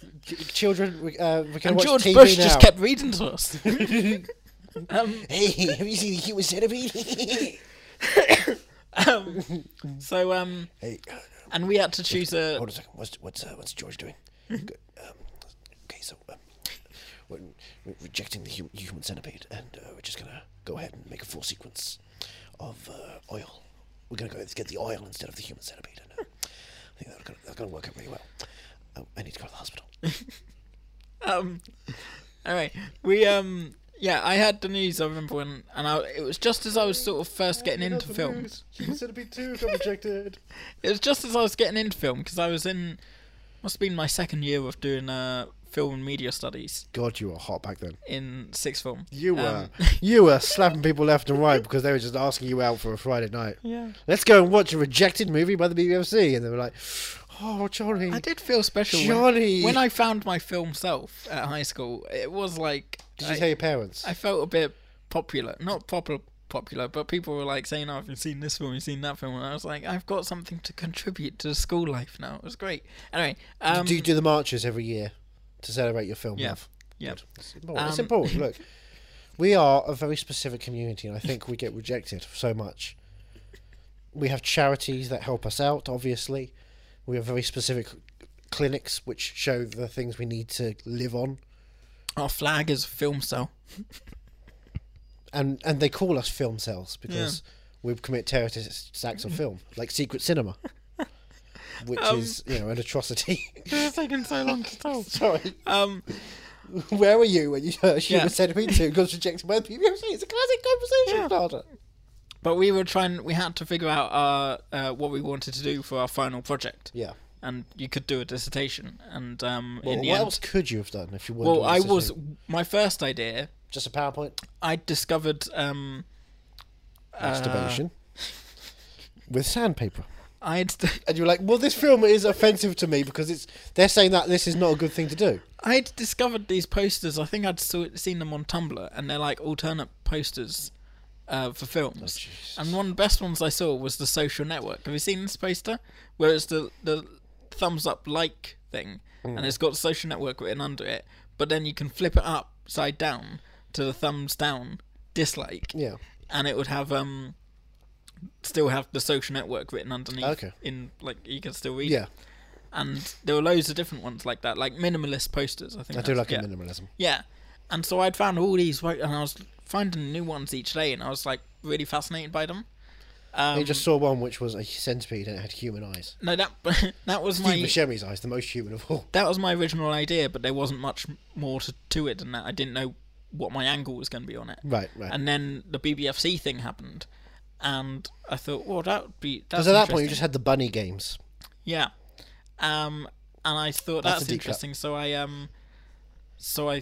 A: children, we- uh, we can
B: And
A: watch
B: George
A: TV
B: Bush
A: now.
B: just kept reading to us. Um,
A: Hey, have you seen the human centipede?
B: so um,
A: hey,
B: and we had to choose a
A: uh, hold on a second. What's what's uh, what's George doing? Good. Um, okay, so um, we're, we're rejecting the hu- human centipede, and uh, we're just gonna go ahead and make a full sequence of uh, oil. We're gonna go let's get the oil instead of the human centipede, and uh, I think that's gonna, that's gonna work out really well. Um, I need to go to the hospital.
B: um. All right, we um. Yeah, I had the news. I remember when, and I, it was just as I was sort of first getting into films.
A: Human centipede two got rejected.
B: It was just as I was getting into film because I was in, must have been my second year of doing uh film and media studies
A: God, you were hot back then.
B: in sixth form.
A: You were
B: Um,
A: you were slapping people left and right because they were just asking you out for a Friday night.
B: Yeah.
A: Let's go and watch a rejected movie by the BBC, and they were like, "Oh, Johnny,
B: I did feel special when-
A: Johnny!
B: When, I found my film self at high school. It was like
A: did you
B: I,
A: tell your parents?"
B: I felt a bit popular, not popular, popular, but people were like saying, "Oh, have you seen this film? Have you seen that film?" And I was like, "I've got something to contribute to school life now." It was great. Anyway, um,
A: do you do the marches every year to celebrate your film
B: Yeah.
A: love?
B: yeah,
A: It's important. it's
B: Um,
A: important. Look, we are a very specific community, and I think we get rejected so much. We have charities that help us out, obviously. We have very specific clinics which show the things we need to live on.
B: our flag is film cell.
A: and and they call us film cells because we commit terrorist acts on film, like secret cinema, which
B: Um,
A: is you know an atrocity.
B: It's taken so long to tell.
A: Sorry,
B: Um,
A: where were you when you heard Human
B: Yeah.
A: Centipede Two got rejected by the BBC? It's a classic conversation starter.
B: but we were trying. We had to figure out our, uh, what we wanted to do for our final project.
A: Yeah.
B: and you could do a dissertation. And um,
A: Well,
B: in
A: what
B: the end,
A: else could you have done if you wanted?
B: well,
A: to
B: I
A: listen
B: was
A: to
B: my first idea.
A: just a PowerPoint
B: I discovered um, Uh,
A: masturbation with sandpaper.
B: I had
A: And you're like, well, this film is offensive to me because it's they're saying that this is not a good thing to do.
B: I had discovered these posters. I think I'd saw, seen them on Tumblr, and they're like alternate posters uh, for
A: Oh,
B: films. and one of the best ones I saw was the Social Network. Have you seen this poster? Where it's the the thumbs up like thing,
A: Mm.
B: and it's got Social Network written under it. But then you can flip it upside down to the thumbs down dislike,
A: Yeah.
B: and it would have um still have the Social Network written underneath.
A: Okay.
B: In like you can still read. it.
A: Yeah,
B: And there were loads of different ones like that, like minimalist posters. I think
A: I do
B: that's-
A: like a
B: yeah.
A: minimalism.
B: Yeah. And so I'd found all these, right, and I was finding new ones each day, and I was like really fascinated by them. Um,
A: I just saw one which was a centipede and it had human eyes.
B: No, that that was
A: Steve
B: my
A: Buscemi's eyes, the most human of all.
B: that was my original idea, but there wasn't much more to, to it than that. I didn't know what my angle was going to be on it.
A: Right, right.
B: And then the BBFC thing happened, and I thought, well, that would be that's
A: Because at that point, you
B: interesting.
A: just had the bunny games.
B: Yeah. Um and I thought
A: That's a
B: that's,
A: deep cut.
B: interesting. So I um so I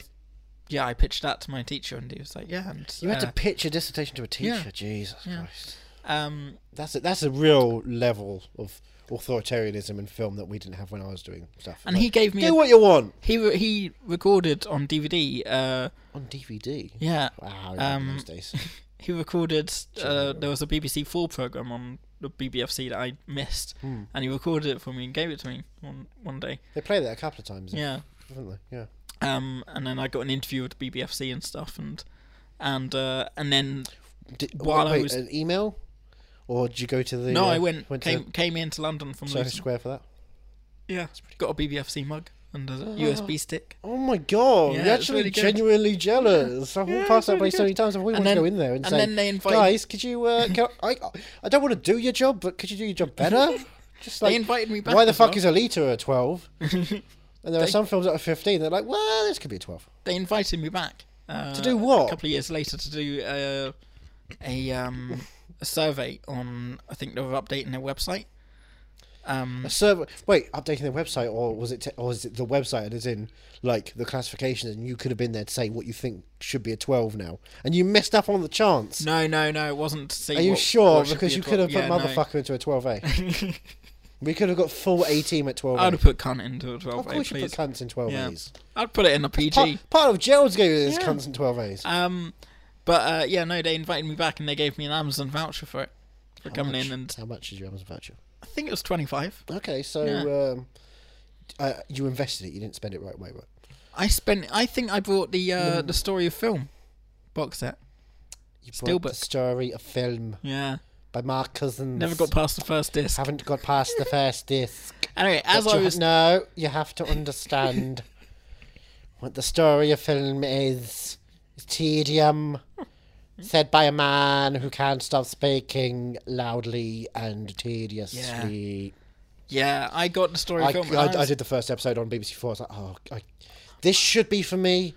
B: yeah, I pitched that to my teacher and he was like, Yeah, and
A: You had
B: uh,
A: to pitch a dissertation to a teacher.
B: yeah.
A: Jesus Christ,
B: um
A: that's a, that's a real level of authoritarianism in film that we didn't have when I was doing stuff.
B: and
A: Like,
B: he gave me
A: do
B: a,
A: what you want
B: he re- he recorded on DVD uh
A: on DVD.
B: yeah.
A: Wow, yeah, in
B: Um,
A: those days.
B: He recorded uh there was a BBC Four program on the BBFC that I missed
A: Hmm.
B: and he recorded it for me and gave it to me one one day.
A: they played that a couple of times,
B: Yeah.
A: haven't they? Yeah.
B: Um and then I got an interview with the BBFC and stuff and and uh, and then
A: Did,
B: While I
A: wait,
B: was-
A: an email, or did you go to the?
B: no,
A: uh,
B: I went,
A: went
B: came
A: to
B: came into London from
A: Soho
B: Luton.
A: Square for that.
B: Yeah, got a BBFC mug and a
A: Ah.
B: USB stick.
A: Oh my god!
B: Yeah,
A: you're
B: it's
A: actually
B: really good.
A: genuinely jealous. I've
B: Yeah,
A: walked past
B: it's
A: that place
B: really
A: so many
B: good.
A: times. I've always
B: And
A: wanted to go
B: then-
A: in there and,
B: and
A: say,
B: then they invite-
A: "Guys, could you? Uh, can I, I? I don't want to do your job, but could you do your job better?" Just like
B: invited me back
A: Why the
B: as
A: fuck is
B: well.
A: Alita a twelve? and there are some films that are fifteen. They're like, "Well, this could be a 12.
B: They invited me back uh,
A: do what?
B: A couple of years later to do uh, a um, a survey on. I think they were updating their website. Um,
A: A server. Wait, updating their website, or was it? Te- or is it the website as in like the classification? And you could have been there to say what you think should be a twelve now, and you messed up on the chance.
B: no, no, no. It wasn't. To see
A: Are you
B: what-
A: sure?
B: what should
A: because
B: be
A: you
B: a
A: could have
B: twelve-
A: put
B: yeah, no.
A: motherfucker into a 12A. we could have got full A team at
B: I would have
A: 12A.
B: put cunt into a twelve.
A: Of course
B: eh,
A: you put
B: please.
A: cunts in
B: Yeah.
A: 12As.
B: I'd put it in a
A: Part,
B: PG.
A: part of Gerald's game is
B: Yeah.
A: cunts in 12As.
B: Um, but uh, yeah, no, they invited me back and they gave me an Amazon voucher for it for coming in, and
A: How much is your Amazon voucher?
B: I think it was twenty five.
A: Okay, so
B: Yeah.
A: um, uh, you invested it. You didn't spend it right away, right?
B: I spent. I think I bought the uh, the story of film box set.
A: You bought
B: Steelbook.
A: the story of film
B: Yeah,
A: by Mark Cousins.
B: never got past the first disc.
A: Haven't got past the first disc.
B: Anyway, as
A: But
B: I
A: you-
B: was
A: no, you have to understand what the story of film is. It's tedium, said by a man who can't stop speaking loudly and tediously.
B: yeah, I got the story
A: I,
B: of film. and
A: I-
B: was-
A: I did the first episode on BBC Four. I was like, oh, I, this should be for me.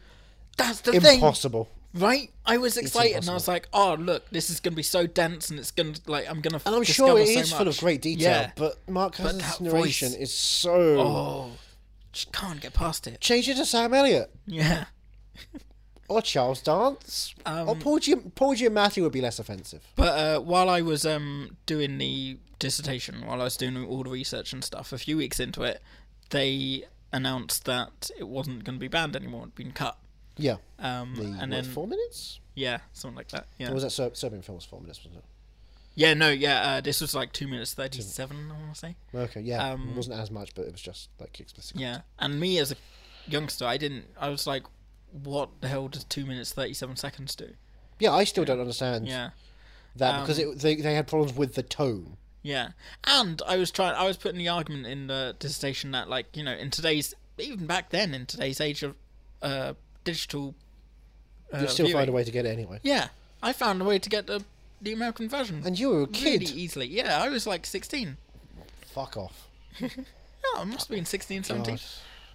B: That's the
A: Impossible.
B: thing, right? I was excited and I
A: impossible.
B: was like, oh look, this is gonna be so dense and it's gonna like I'm gonna.
A: And I'm
B: discover
A: sure it
B: so
A: is full of
B: much.
A: great detail,
B: Yeah,
A: but Mark Cousins'
B: that
A: narration
B: voice-
A: is so.
B: oh, just can't get past it.
A: Change it to Sam Elliott.
B: Yeah.
A: Or Charles Dance. or Paul, Giam- Paul Giamatti would be less offensive.
B: But uh, while I was um, doing the dissertation, while I was doing all the research and stuff, a few weeks into it, they announced that it wasn't going to be banned anymore; it'd been cut.
A: Yeah.
B: Um,
A: the,
B: and
A: what,
B: then
A: four minutes?
B: yeah, something like that. Yeah,
A: Or was that Ser- Serbian film was four minutes, wasn't it?
B: yeah, no, yeah. Uh, this was like two minutes thirty-seven. I want to say.
A: Okay, yeah,
B: Um,
A: it wasn't as much, but it was just like explicit.
B: Yeah, and me as a youngster, I didn't. I was like, "What the hell does two minutes thirty-seven seconds do?"
A: Yeah, I still don't understand
B: Yeah. um,
A: that because it, they they had problems with the tone.
B: Yeah, and I was trying. I was putting the argument in the dissertation that, like, you know, in today's, even back then, in today's age of uh, digital, uh,
A: You still
B: viewing-
A: find a way to get it anyway.
B: Yeah, I found a way to get the the American version,
A: And you were a
B: really
A: kid.
B: easily. Yeah, I was like sixteen.
A: Fuck off.
B: No, I must have been 16, 17.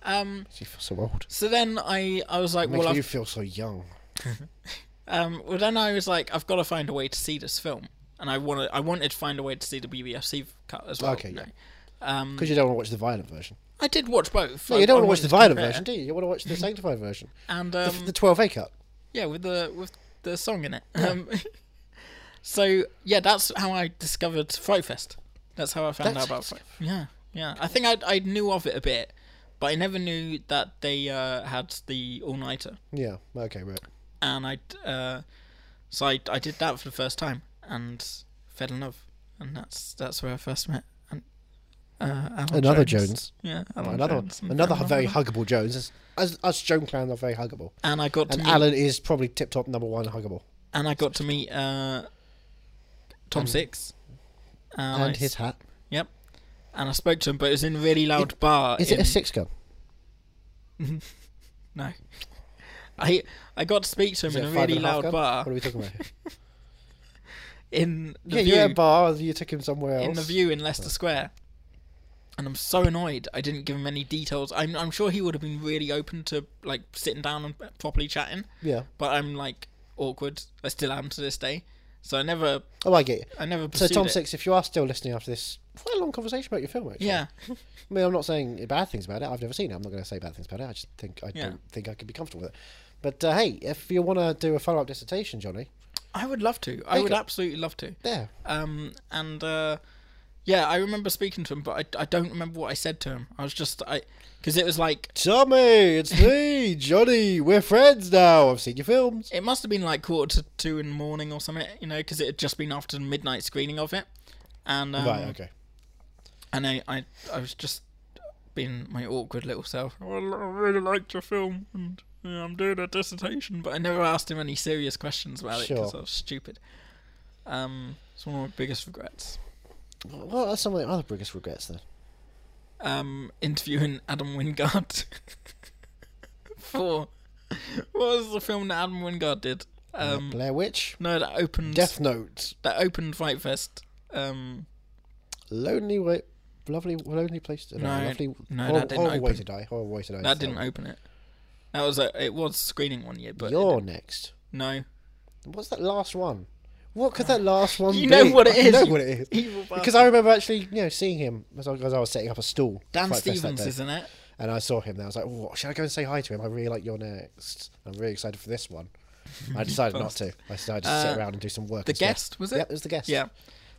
A: God. You feel so old.
B: So then I, I was like,
A: Makes
B: well,
A: you
B: I've,
A: feel so young.
B: um, well, then I was like, I've got to find a way to see this film, and I wanted, I wanted to find a way to see the BBFC cut as well.
A: Okay,
B: you
A: yeah.
B: know. Mm.
A: Because you don't want to watch the violent version.
B: I did watch both.
A: No,
B: I-
A: you don't
B: I
A: want to watch
B: wanted
A: the violent
B: compare.
A: version, do you? You want to watch the sanctified version.
B: And um,
A: The 12A cut.
B: Yeah, with the with the song in it. Um, so yeah, that's how I discovered Fright Fest. That's how I found
A: That's
B: out about Fright. Yeah, yeah. I think I I knew of it a bit, but I never knew that they uh, had the all nighter,
A: Yeah, okay, right.
B: and I uh, so I I did that for the first time and fell in love, and that's that's where I first met. And, uh, Alan
A: Another Jones.
B: Yeah, Alan
A: Another one.
B: Jones.
A: Another very huggable Jones. As, as, us Joan Clan are very huggable.
B: And I got to
A: And
B: meet-
A: Alan is probably tip top number one huggable.
B: and I got to meet uh, Tom Six and, I
A: And
B: s-
A: his hat.
B: Yep, and I spoke to him, but it was in a really loud bar.
A: Is it
B: Uh, in-
A: a six gun?
B: No, I I got to speak to him in a
A: Is it five
B: really
A: and half
B: loud
A: gun?
B: bar
A: What are we talking about? here?
B: in the
A: yeah,
B: view
A: you're at a bar. You took him somewhere else.
B: in the view in Leicester Square. And I'm so annoyed. I didn't give him any details. I'm I'm sure he would have been really open to like sitting down and properly chatting.
A: Yeah.
B: But I'm like awkward. I still am to this day. So I never
A: Oh, I get you.
B: I never
A: So
B: pursued
A: Tom
B: it.
A: Six, if you are still listening after this, quite a long conversation about your film. Actually,
B: Yeah.
A: I mean, I'm not saying bad things about it. I've never seen it. I'm not going to say bad things about it. I just think I
B: Yeah.
A: don't think I could be comfortable with it. But uh, hey, if you want to do a follow up dissertation, Johnny,
B: I would love to. I
A: Make
B: would
A: it.
B: absolutely love to.
A: there.
B: Um, and uh, yeah, I remember speaking to him, but I, I don't remember what I said to him. I was just I because it was like
A: Tommy, it's me, Johnny. We're friends now. I've seen your films.
B: it must have been like quarter to two in the morning or something, you know, because it had just been after the midnight screening of it, and um,
A: right. Okay.
B: and I, I "Oh, I was just being my awkward little self. Well, I really liked your film, and "Yeah, I'm doing a dissertation, but I never asked him any serious questions about it because
A: Sure.
B: I was stupid. Um, it's one of my biggest regrets.
A: What are some of the other biggest regrets then?
B: Um, interviewing Adam Wingard for what was the film that Adam Wingard did? Um,
A: Blair Witch,
B: no, that opened
A: Death Note,
B: that opened Fight Fest. Um,
A: Lonely Way, Lovely, Lonely Place to Die,
B: No,
A: Lovely,
B: no,
A: Horrible,
B: that didn't
A: Horrible Way
B: open.
A: to Die, Horrible Way to Die.
B: that didn't open it. That was a, it was screening one year, but it-
A: You're next.
B: no.
A: What's that last one? What could that last one
B: You
A: be?
B: know what it
A: I
B: is,
A: know
B: you
A: what it is.
B: evil
A: Because I remember actually, you know, seeing him as I, as I was setting up a stall.
B: Dan
A: Fight Fest that
B: Stevens,
A: day.
B: isn't it?
A: And I saw him there. I was like, oh, should I go and say hi to him? I really like your next. I'm really excited for this one. I decided not to. I decided to
B: Uh,
A: sit around and do some work.
B: The
A: instead.
B: guest was it?
A: Yeah, it was the guest.
B: Yeah,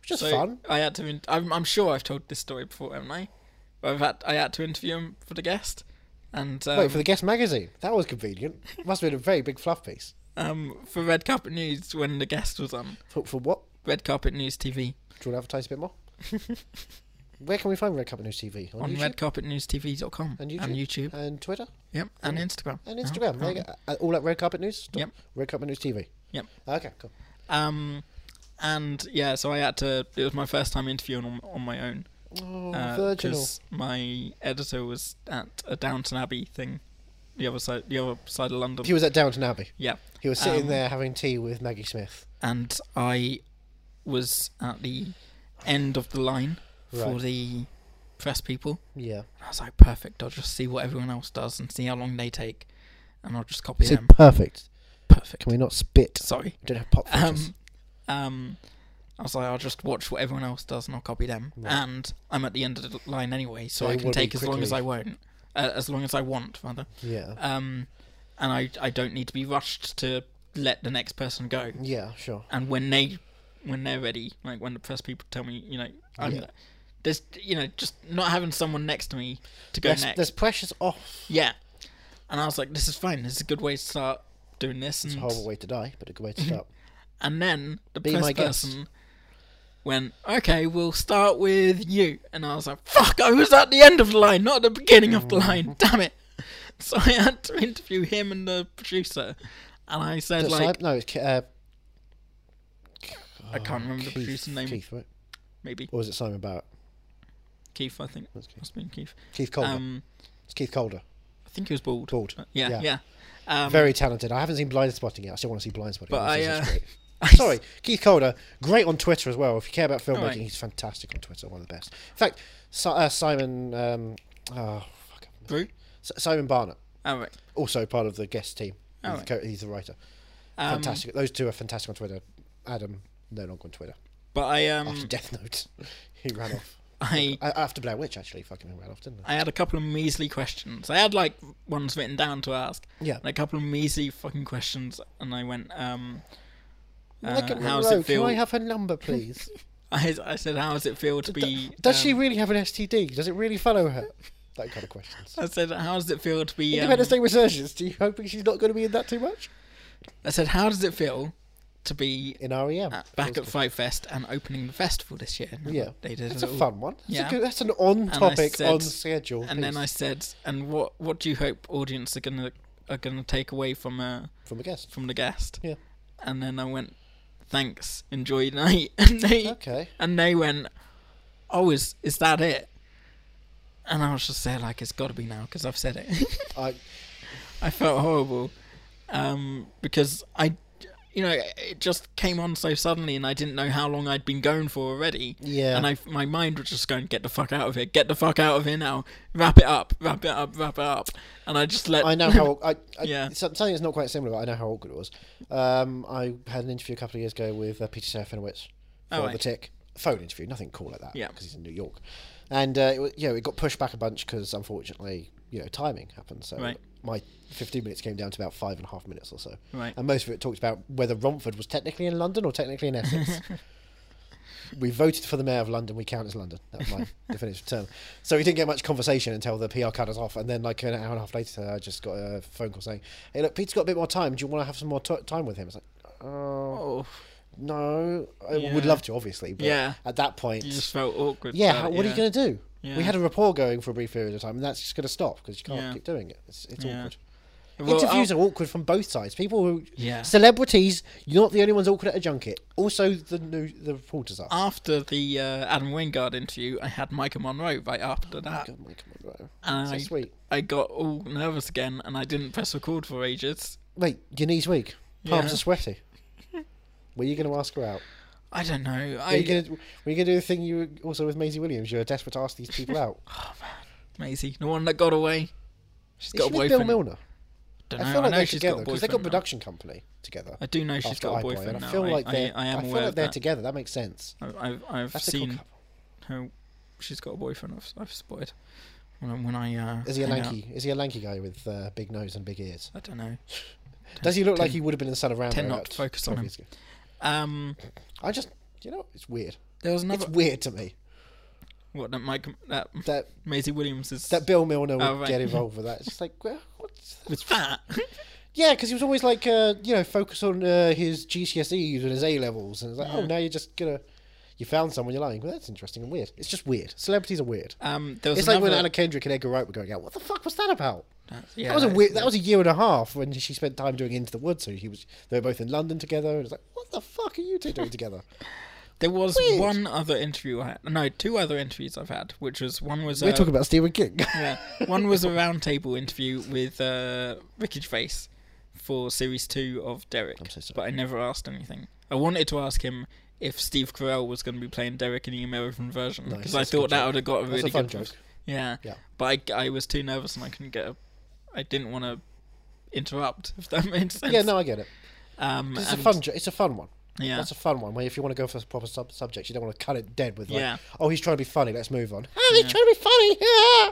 A: Which is
B: So
A: fun.
B: I had to. In- I'm, I'm sure I've told this story before, haven't I? I've had I had to interview him for the guest, and um,
A: Wait, for the guest magazine. That was convenient. Must have been a very big fluff piece.
B: um, for red carpet news when the guest was on
A: For, for what?
B: red carpet news TV
A: Do you want to advertise a bit more? Where can we find Red Cup News TV? On,
B: on
A: YouTube?
B: red carpet news TV.com
A: and YouTube?
B: and YouTube,
A: And Twitter?
B: yep, and Instagram,
A: And Instagram. there you go. Uh, All at Red Carpet News?
B: Yep.
A: Red Carpet News TV.
B: yep.
A: Okay, cool.
B: Um, and yeah, so I had to. It was my first time interviewing on, on my own.
A: Oh,
B: Uh,
A: virginal.
B: 'cause my editor was at a Downton Abbey thing, the other side, the other side of London.
A: He was at Downton Abbey.
B: yeah,
A: He was sitting
B: Um,
A: there having tea with Maggie Smith.
B: and I was at the end of the line for
A: Right.
B: the press people.
A: Yeah.
B: I was like, perfect. I'll just see what everyone else does and see how long they take, and I'll just copy
A: Is it
B: them.
A: perfect?
B: Perfect.
A: Can we not spit?
B: Sorry.
A: We don't have pop filters.
B: Um, um, I was like, I'll just watch what everyone else does and I'll copy them. And I'm at the end of the line anyway, so
A: Yeah,
B: I
A: it
B: can
A: will be
B: take as long as
A: quickly.
B: I won't, uh, as long as I want, rather.
A: yeah.
B: Um, and I, I don't need to be rushed to let the next person go.
A: yeah, sure.
B: And when they, when they're ready, like when the first people tell me, you know, I'm,
A: Yeah.
B: there's, you know, just not having someone next to me to go
A: There's,
B: next.
A: there's oh, pressures off.
B: Yeah. And I was like, this is fine. This is a good way to start doing this. And
A: Horrible way to die, but a good way to start.
B: And then the
A: Be
B: press
A: my guest.
B: person went, okay, we'll start with you. And I was like, fuck, I was at the end of the line, not at the beginning of the
A: Mm.
B: line. Damn it. So I had to interview him and the producer. And I said,
A: It's
B: like,
A: like- no, it's Ke- uh,
B: I can't remember the
A: Oh, Keith,
B: producer's name.
A: Keith, right?
B: Maybe
A: Or was it Simon Barrett?
B: Keith, I think.
A: Keith.
B: Must have been Keith.
A: Keith Calder.
B: Um,
A: it's Keith Calder.
B: I think he was bald.
A: Bald.
B: Uh, Yeah, yeah.
A: Yeah.
B: Um,
A: Very talented. I haven't seen Blind Spotting yet. I still want to see Blind Spotting.
B: But I, uh,
A: Sorry, Keith Calder, great on Twitter as well. If you care about filmmaking,
B: Alright.
A: he's fantastic on Twitter, one of the best. In fact, si- uh, Simon, um, oh, fuck,
B: Brew?
A: S- Simon Barnett,
B: All right.
A: also part of the guest team. He's,
B: Alright. Um,
A: the, co- he's the writer. Fantastic. Those two are fantastic on Twitter. Adam, no longer on Twitter.
B: But I,
A: After
B: um,
A: Death Note, he ran off.
B: I
A: A- After Blair Witch, actually, fucking ran off, didn't he?
B: I had a couple of measly questions. I had like ones written down to ask.
A: Yeah.
B: And a couple of measly fucking questions, and I went, um, uh,
A: Megan
B: "How's
A: Monroe,
B: it feel?"
A: Can I have her number, please?
B: I, I said, "How's it feel to be?"
A: Does
B: um,
A: she really have an STD? Does it really follow her? That kind of questions.
B: I said, "How does it feel to be?" Um,
A: Independent State Researchers, do you hoping she's not going to be in that too much?
B: I said, "How does it feel to be
A: In E REM.
B: at, Uh, back at Fight Fest and opening the festival this year?" And
A: yeah.
B: they did
A: That's
B: it
A: a
B: all.
A: fun one. That's,
B: Yeah.
A: a good, that's an on
B: I
A: topic,
B: said-
A: on schedule.
B: And then I said, "And what what do you hope audience are gonna are gonna take away from uh
A: From a guest.
B: from the guest?"
A: Yeah.
B: And then I went, "Thanks, enjoy your night." And they
A: Okay.
B: And they went, "Oh, is is that it?" And I was just there like, "It's got to be now because I've said it."
A: I,
B: I felt horrible um, because I, you know, it just came on so suddenly, and I didn't know how long I'd been going for already.
A: Yeah.
B: And I, my mind was just going, "Get the fuck out of here! Get the fuck out of here now! Wrap it up! Wrap it up! Wrap it up!" And I just let.
A: I know how. I, I,
B: Yeah.
A: some- Something that's not quite similar, but I know how awkward it was. Um, I had an interview a couple of years ago with uh, Peter Serafinowicz for
B: Oh, right.
A: The Tick. Phone interview, nothing cool like that.
B: Yeah.
A: Because he's in New York. And, uh, it, wa- you know, it got pushed back a bunch because, unfortunately, you know, timing happened. So
B: Right.
A: my 15 minutes came down to about five and a half minutes or so.
B: Right.
A: And most of it talked about whether Romford was technically in London or technically in Essex. we voted for the mayor of London. We count as London. That was my definitive term. So we didn't get much conversation until the PR cut us off, and then like an hour and a half later, I just got a phone call saying, "Hey, look, Pete's got a bit more time. Do you want to have some more t- time with him?" It's like, "Oh,
B: Oh,
A: no, I
B: Yeah.
A: would love to, obviously, but
B: Yeah.
A: at that point,
B: you just felt awkward.
A: yeah,
B: about
A: how,
B: it,
A: what are you going to do?"
B: Yeah.
A: We had a rapport going for a brief period of time, and that's just going to stop because you can't
B: Yeah.
A: keep doing it. It's, it's
B: Yeah.
A: awkward.
B: Well,
A: Interviews
B: I'll-
A: are awkward from both sides. People who
B: Yeah.
A: celebrities, you're not the only ones awkward at a junket. Also, the new the reporters are.
B: After the uh, Adam Wingard interview, I had Micah Monroe right after that.
A: Oh my God, right.
B: and
A: so
B: I,
A: sweet.
B: I got all nervous again and I didn't press record for ages.
A: Mate, your knees weak. Palms
B: Yeah.
A: are sweaty. Were you going to ask her out?
B: I don't know.
A: Were you
B: I,
A: going to Were you going to do the thing you were also with Maisie Williams? You were desperate to ask these people out.
B: Maisie, the one that got away. She's
A: Is
B: got
A: she
B: a
A: with Bill
B: boyfriend.
A: Milner?
B: Don't know.
A: I feel like
B: know
A: they're
B: she's
A: together
B: got a
A: because they got
B: boyfriend now.
A: production company together.
B: I do know she's
A: after
B: got a
A: iBoy,
B: boyfriend
A: and
B: now.
A: I feel like
B: I,
A: they're.
B: I, I am
A: feel
B: aware
A: like
B: of
A: they're
B: that.
A: together. That makes sense.
B: I've, I've, I've
A: That's a cool
B: seen
A: couple.
B: how she's got a boyfriend. I've, I've spotted when, I- when I uh,
A: Is he a
B: hang out.
A: lanky? Is he a lanky guy with uh, big nose and big ears?
B: I don't know.
A: Does he look like
B: Ten-
A: he would have been in Son of Rambo?
B: ten not
A: about
B: to focus
A: 12
B: on him.
A: years ago?
B: Um,
A: I just, you know, it's weird.
B: there was another
A: It's weird to me
B: what that Mike that,
A: that
B: Maisie Williams is
A: that Bill Milner would
B: Oh, right.
A: get involved with that. It's just like, well, what's that?
B: was fat.
A: yeah, because he was always like, uh, you know, focus on uh, his GCSEs and his A levels, and it's like, oh, now you're just gonna, you found someone, you're like, well, that's interesting and weird. It's just weird. Celebrities are weird.
B: um, there was
A: it's like
B: another, Uh,
A: when Anna Kendrick and Edgar Wright were going out. What the fuck was that about?
B: yeah,
A: that was a
B: it's-
A: weird. That was a year and a half when she spent time doing Into the Woods. So he was, they were both in London together, and it's like, what the fuck are you two doing together?
B: There was
A: Weird.
B: one other interview I had. No, two other interviews I've had, which was one was
A: We're
B: uh,
A: talking about Stephen King.
B: yeah, one was a roundtable interview with uh, Ricky Gervais for series two of Derek.
A: so sorry.
B: But I never asked anything. I wanted to ask him if Steve Carell was going to be playing Derek in the American version because I
A: that's a good
B: thought that
A: joke.
B: would have got a
A: That's
B: really
A: a fun
B: good
A: joke.
B: Yeah.
A: Yeah.
B: But I, I was too nervous and I couldn't get. A, I didn't want to interrupt. If that made sense.
A: Yeah, no, I get it.
B: Um,
A: It's a
B: and-
A: fun. jo- It's a fun one.
B: Yeah.
A: That's a fun one. Where if you want to go for proper sub- subjects, you don't want to cut it dead with like,
B: Yeah.
A: oh, he's trying to be funny. Let's move on. Oh, he's trying to be funny. Yeah.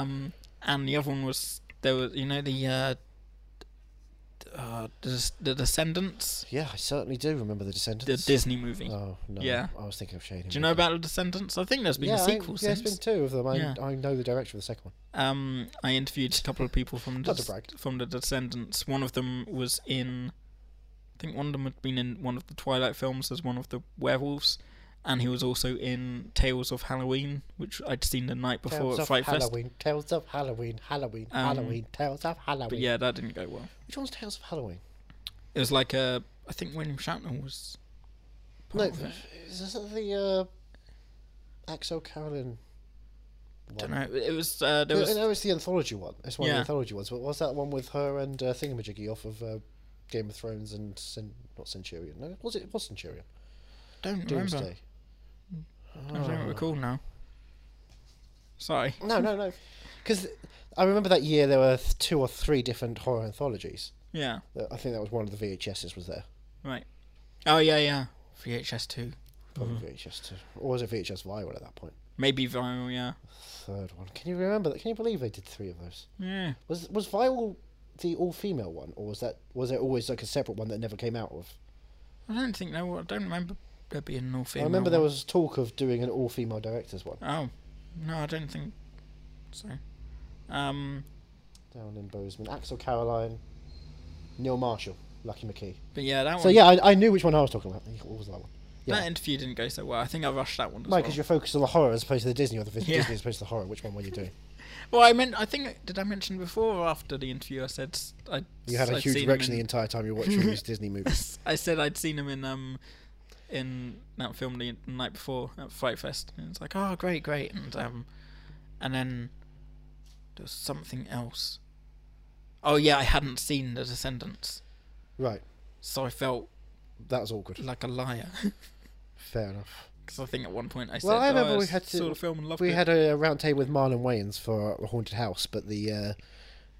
B: Um, and the other one was there was you know the uh, uh the, the Descendants,
A: Yeah, I certainly do remember the
B: the
A: Descendants.
B: Disney movie.
A: oh no.
B: Yeah.
A: I was thinking of Shane.
B: Do you know about the Descendants? I think there's been
A: Yeah,
B: a
A: I-
B: sequel
A: yeah,
B: since.
A: it's been two of them. I,
B: Yeah.
A: I know the direction of the second one.
B: Um, I interviewed a couple of people from the
A: Not to brag.
B: from the Descendants. One of them was in, I think one of them had been in one of the Twilight films as one of the werewolves, and he was also in Tales of Halloween, which I'd seen the night before
A: Tales
B: at
A: of
B: Fright Fest. Um,
A: Halloween. Tales of Halloween. Halloween. Halloween. Tales of Halloween.
B: But yeah, that didn't go well.
A: Which one's Tales of Halloween?
B: It was like a, I think William Shatner was.
A: No,
B: part of it.
A: is this the uh, Axel Carolyn?
B: don't know. It was uh, there
A: No,
B: was
A: no, it's the anthology one. It's one of
B: Yeah.
A: the anthology ones. But what's that one with her and uh, Thingamajiggy off of uh, Game of Thrones and Cen- not Centurion? No, was it? it was Centurion?
B: don't remember.
A: Doomsday. Oh.
B: I don't recall now. Sorry.
A: No, no, no. Because I remember that year there were th- two or three different horror anthologies.
B: Yeah.
A: Uh, I think that was one of the VHSs was there.
B: Right. Oh yeah, yeah. VHS two.
A: Probably
B: Mm-hmm.
A: VHS two, or was it VHS viral at that point?
B: Maybe vinyl. Yeah.
A: Third one. Can you remember that? Can you believe they did three of those?
B: Yeah.
A: Was was viral the all female one, or was that was there always like a separate one that never came out of?
B: I don't think no. I don't remember there being an all female.
A: I remember there was talk of doing an all female directors one.
B: Oh. No, I don't think. So. Um.
A: down in Bozeman. Axel Caroline, Neil Marshall, Lucky McKee.
B: But yeah, that one.
A: So yeah, I, I knew which one I was talking about. What was that one? Yeah,
B: That interview didn't go so well. I think I rushed that one. As
A: Mike,
B: well.
A: because you're focused on the horror as opposed to the Disney, or the
B: Yeah.
A: Disney as opposed to the horror. Which one were you doing?
B: Well, I meant. I think did I mention before or after the interview? I said s- I.
A: You had a
B: I'd
A: huge
B: seen
A: erection
B: him
A: the
B: in-
A: entire time you were watching these Disney movies.
B: I said I'd seen him in um in that film the night before at Fright Fest, and it's like, oh, great, great, and um, and then there was something else. Oh yeah, I hadn't seen The Descendants,
A: Right,
B: so I felt
A: that was awkward.
B: like a liar
A: Fair enough.
B: because I think at one point I said,
A: Well, I
B: "Oh,
A: remember we
B: s-
A: had to.
B: saw the film and loved
A: we
B: it."
A: had a round table with Marlon Wayans for a haunted house, but the. Uh,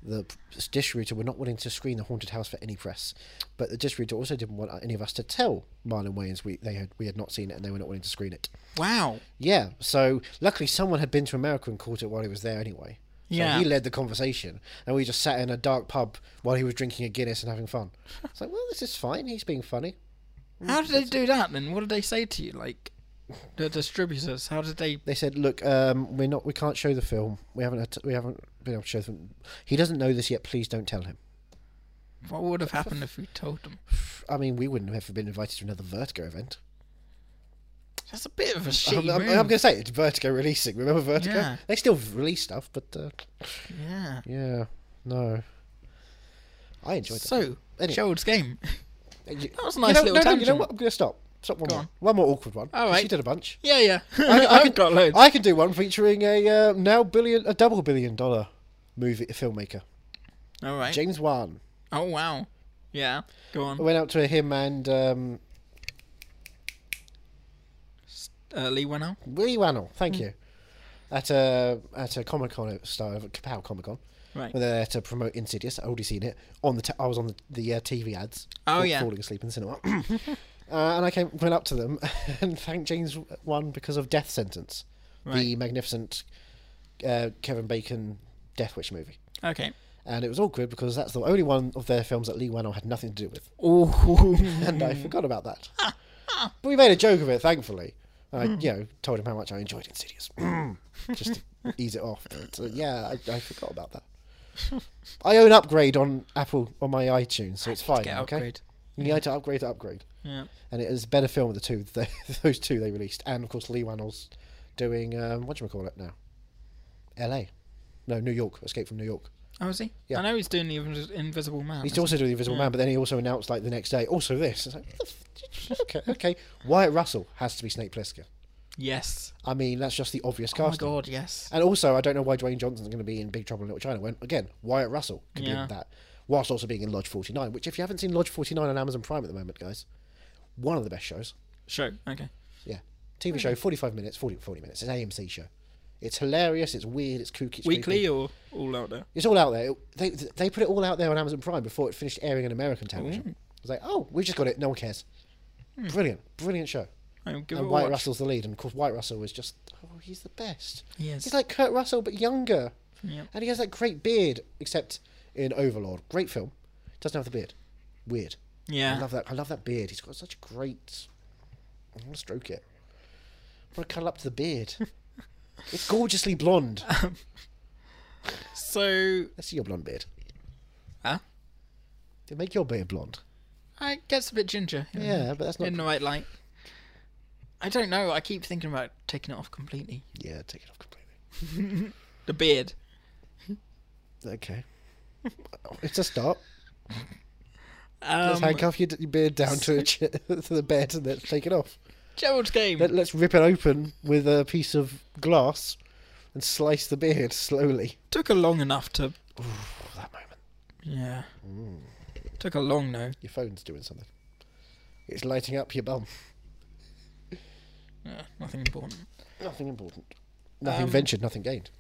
A: the distributor were not willing to screen the haunted house for any press, but the distributor also didn't want any of us to tell Marlon Wayans we they had we had not seen it and they were not willing to screen it.
B: wow,
A: Yeah. So luckily, someone had been to America and caught it while he was there anyway. So
B: Yeah.
A: He led the conversation, and we just sat in a dark pub while he was drinking a Guinness and having fun. It's like, well, this is fine. He's being funny.
B: how did they do that then? What did they say to you, like the distributors? How did they?
A: They said, look, um, we're not, we can't show the film. We haven't, had to, we haven't been able to show them. He doesn't know this yet. Please don't tell him.
B: What would have happened if we told them?
A: I mean, we wouldn't have been invited to another Vertigo event.
B: That's a bit of a shitty
A: I'm, I'm, I'm
B: move.
A: going to say it's Vertigo releasing. Remember Vertigo?
B: Yeah.
A: They still release stuff, but uh,
B: yeah.
A: yeah, no. I enjoyed it.
B: So,
A: Anyway.
B: Gerald's game.
A: You-
B: That was a nice
A: you know,
B: little
A: no, no, You know
B: tangent.
A: what? I'm going to stop. Stop one
B: Go
A: more.
B: on.
A: One more awkward one.
B: All right.
A: She did a bunch.
B: Yeah, yeah.
A: I,
B: I,
A: can,
B: have got loads.
A: I can do one featuring a uh, now billion, a double billion dollar movie filmmaker,
B: All right.
A: James Wan.
B: Oh wow. Yeah. Go
A: I
B: on.
A: went out to him and um,
B: Uh, Lee Wennell.
A: Lee Wannell.
B: Mm.
A: Thank you. At a at a Comic Con style of Kapow Comic Con.
B: Right.
A: Where they're there to promote Insidious. I'd already seen it on the. T- I was on the, the uh, TV ads.
B: Oh,
A: for
B: yeah.
A: Falling asleep in the cinema. uh, and I came went up to them and thanked James Wan because of Death Sentence, the
B: Right.
A: magnificent uh, Kevin Bacon Death Wish movie.
B: Okay.
A: And it was awkward because that's the only one of their films that Lee Wannell had nothing to do with,
B: Ooh.
A: and I forgot about that. but we made a joke of it, thankfully. And I, you know, told him how much I enjoyed Insidious, just to ease it off. But, uh, yeah, I, I forgot about that. I own upgrade on Apple on my iTunes, so it's fine.
B: get
A: okay,
B: upgrade.
A: you need to upgrade to upgrade,
B: yeah.
A: and it is a better film of the two. They, those two they released, and of course Lee Wannell's doing um, what do you call it now? L.A. No, New York. Escape from New York.
B: Oh, is he?
A: Yeah.
B: I know he's doing the Invis- Invisible Man.
A: He's
B: isn't
A: also doing the Invisible Man, but then he also announced like the next day, also this. It's like, what the f- okay, okay. Wyatt Russell has to be Snake Plissken.
B: he? Yes.
A: I mean, that's just the obvious
B: Oh my
A: casting.
B: God. Yes.
A: And also, I don't know why Dwayne Johnson's going to be in Big Trouble in Little China when, again, Wyatt Russell could be
B: Yeah.
A: in that, whilst also being in Lodge 49, which, if you haven't seen Lodge 49 on Amazon Prime at the moment, guys, one of the best shows.
B: Show. Okay.
A: Yeah. TV show, 45 minutes, 40, 40 minutes. It's an AMC show. It's hilarious, it's weird, it's kooky. It's
B: Weekly
A: creepy.
B: or all out there?
A: It's all out there. It- They, they put it all out there on Amazon Prime before it finished airing in American television. I was like, oh, we just got it. No one cares. Brilliant, brilliant show.
B: I'll give it
A: and
B: a
A: White
B: watch.
A: Russell's the lead, and of course White Russell is just oh, he's the best.
B: He is.
A: He's like Kurt Russell but younger,
B: Yep.
A: and he has that great beard. Except in Overlord, great film, doesn't have the beard. Weird. I
B: Yeah.
A: love that. I love that beard. He's got such a great. I want to stroke it. I want to cuddle up to the beard. it's gorgeously blonde.
B: So
A: Let's see your blonde beard.
B: Huh?
A: They make your beard blonde.
B: uh, it gets a bit ginger. in-
A: Yeah, but that's not.
B: In the right light. I don't know. I keep thinking about taking it off completely.
A: Yeah, take it off completely.
B: The beard.
A: Okay. it's a start. Let's
B: Um,
A: handcuff your, d- your beard down to, a chair, to the bed and let's take it off.
B: Um, Gerald's game.
A: Let, let's rip it open with a piece of glass and slice the beard slowly.
B: Took a long enough to.
A: Oh, that moment.
B: Yeah.
A: Mm.
B: Took a long though.
A: Your phone's doing something. It's lighting up your bum.
B: Yeah, nothing important.
A: Nothing important. Nothing ventured, nothing gained.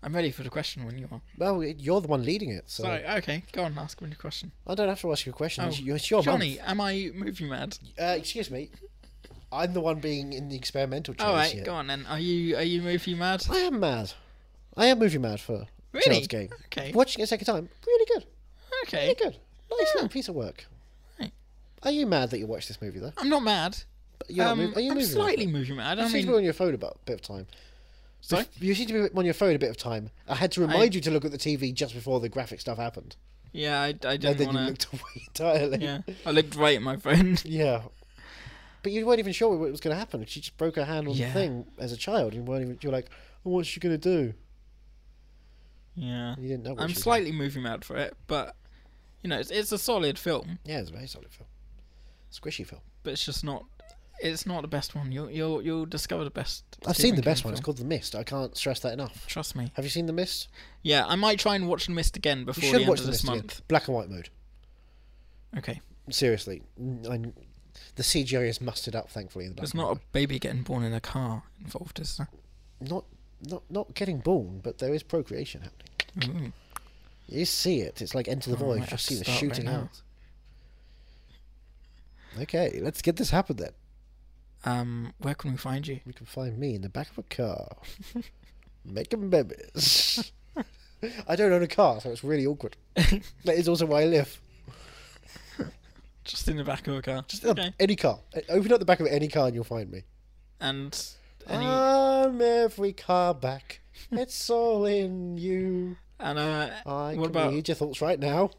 B: I'm ready for the question when you are.
A: Well, y- you're the one leading it, so
B: Sorry, okay, go on, ask me the question.
A: I don't have to ask you a question.
B: Oh,
A: It's your- it's your month.
B: Johnny, am I movie mad?
A: Uh, excuse me. I'm the one being in the experimental choice
B: All right,
A: here.
B: go on then. Are you are you movie mad?
A: I am mad. I am movie mad for
B: Really?
A: Child's Game.
B: Okay.
A: Watching it a second time, really good.
B: Okay,
A: Good. Nice little piece of work.
B: Right.
A: Are you mad that you watched this movie though?
B: I'm not mad.
A: You're
B: um,
A: mov- are you
B: I'm
A: movie
B: slightly movie mad. I
A: You seem
B: mean,
A: to be on your phone about a bit of time.
B: sorry.
A: You seem to be on your phone a bit of time. I had to remind you to look at the TV just before the graphic stuff happened,
B: Yeah, I, I
A: and then
B: didn't
A: you
B: want to.
A: looked away entirely.
B: Yeah, I looked right at my phone.
A: Yeah. But you weren't even sure what was going to happen. She just broke her hand on
B: Yeah.
A: the thing as a child, and you weren't even. You're like, oh, what's she going to do?
B: Yeah,
A: You didn't know. What
B: I'm
A: she was
B: slightly movie mad for it, but you know, it's, it's a solid film,
A: gonna- Yeah, it's a very solid film. Squishy film.
B: but it's just not. It's not the best one. You'll you'll you'll discover the best.
A: I've
B: Stephen
A: seen the
B: King
A: best one. It's
B: film.
A: called The Mist. I can't stress that enough.
B: Trust me.
A: Have you seen The Mist?
B: Yeah, I might try and watch and Mist again
A: You
B: before the
A: should
B: end
A: watch
B: of
A: The
B: this
A: Mist. again.
B: month.
A: Black and white mode.
B: Okay.
A: Seriously, n- I'm, the CGI is mustered up, thankfully. In the black
B: There's
A: and
B: not a
A: white.
B: baby getting born in a car involved, is there?
A: not not not getting born, but there is procreation happening.
B: Ooh,
A: You see it. It's like Enter the Void. You
B: Oh, might have
A: just see
B: to
A: the
B: start right
A: shooting
B: now.
A: out. Okay, let's get this happen then.
B: Um, where can we find you?
A: You can find me in the back of a car, making babies. I don't own a car, so it's really awkward. that is also where I live.
B: Just in the back of a car. Just
A: Um,
B: okay.
A: Any car. Uh, Open up the back of any car and you'll find me.
B: And any
A: Uh, I'm every car back. It's all in you.
B: and uh,
A: I
B: what
A: can
B: about
A: read your thoughts right now.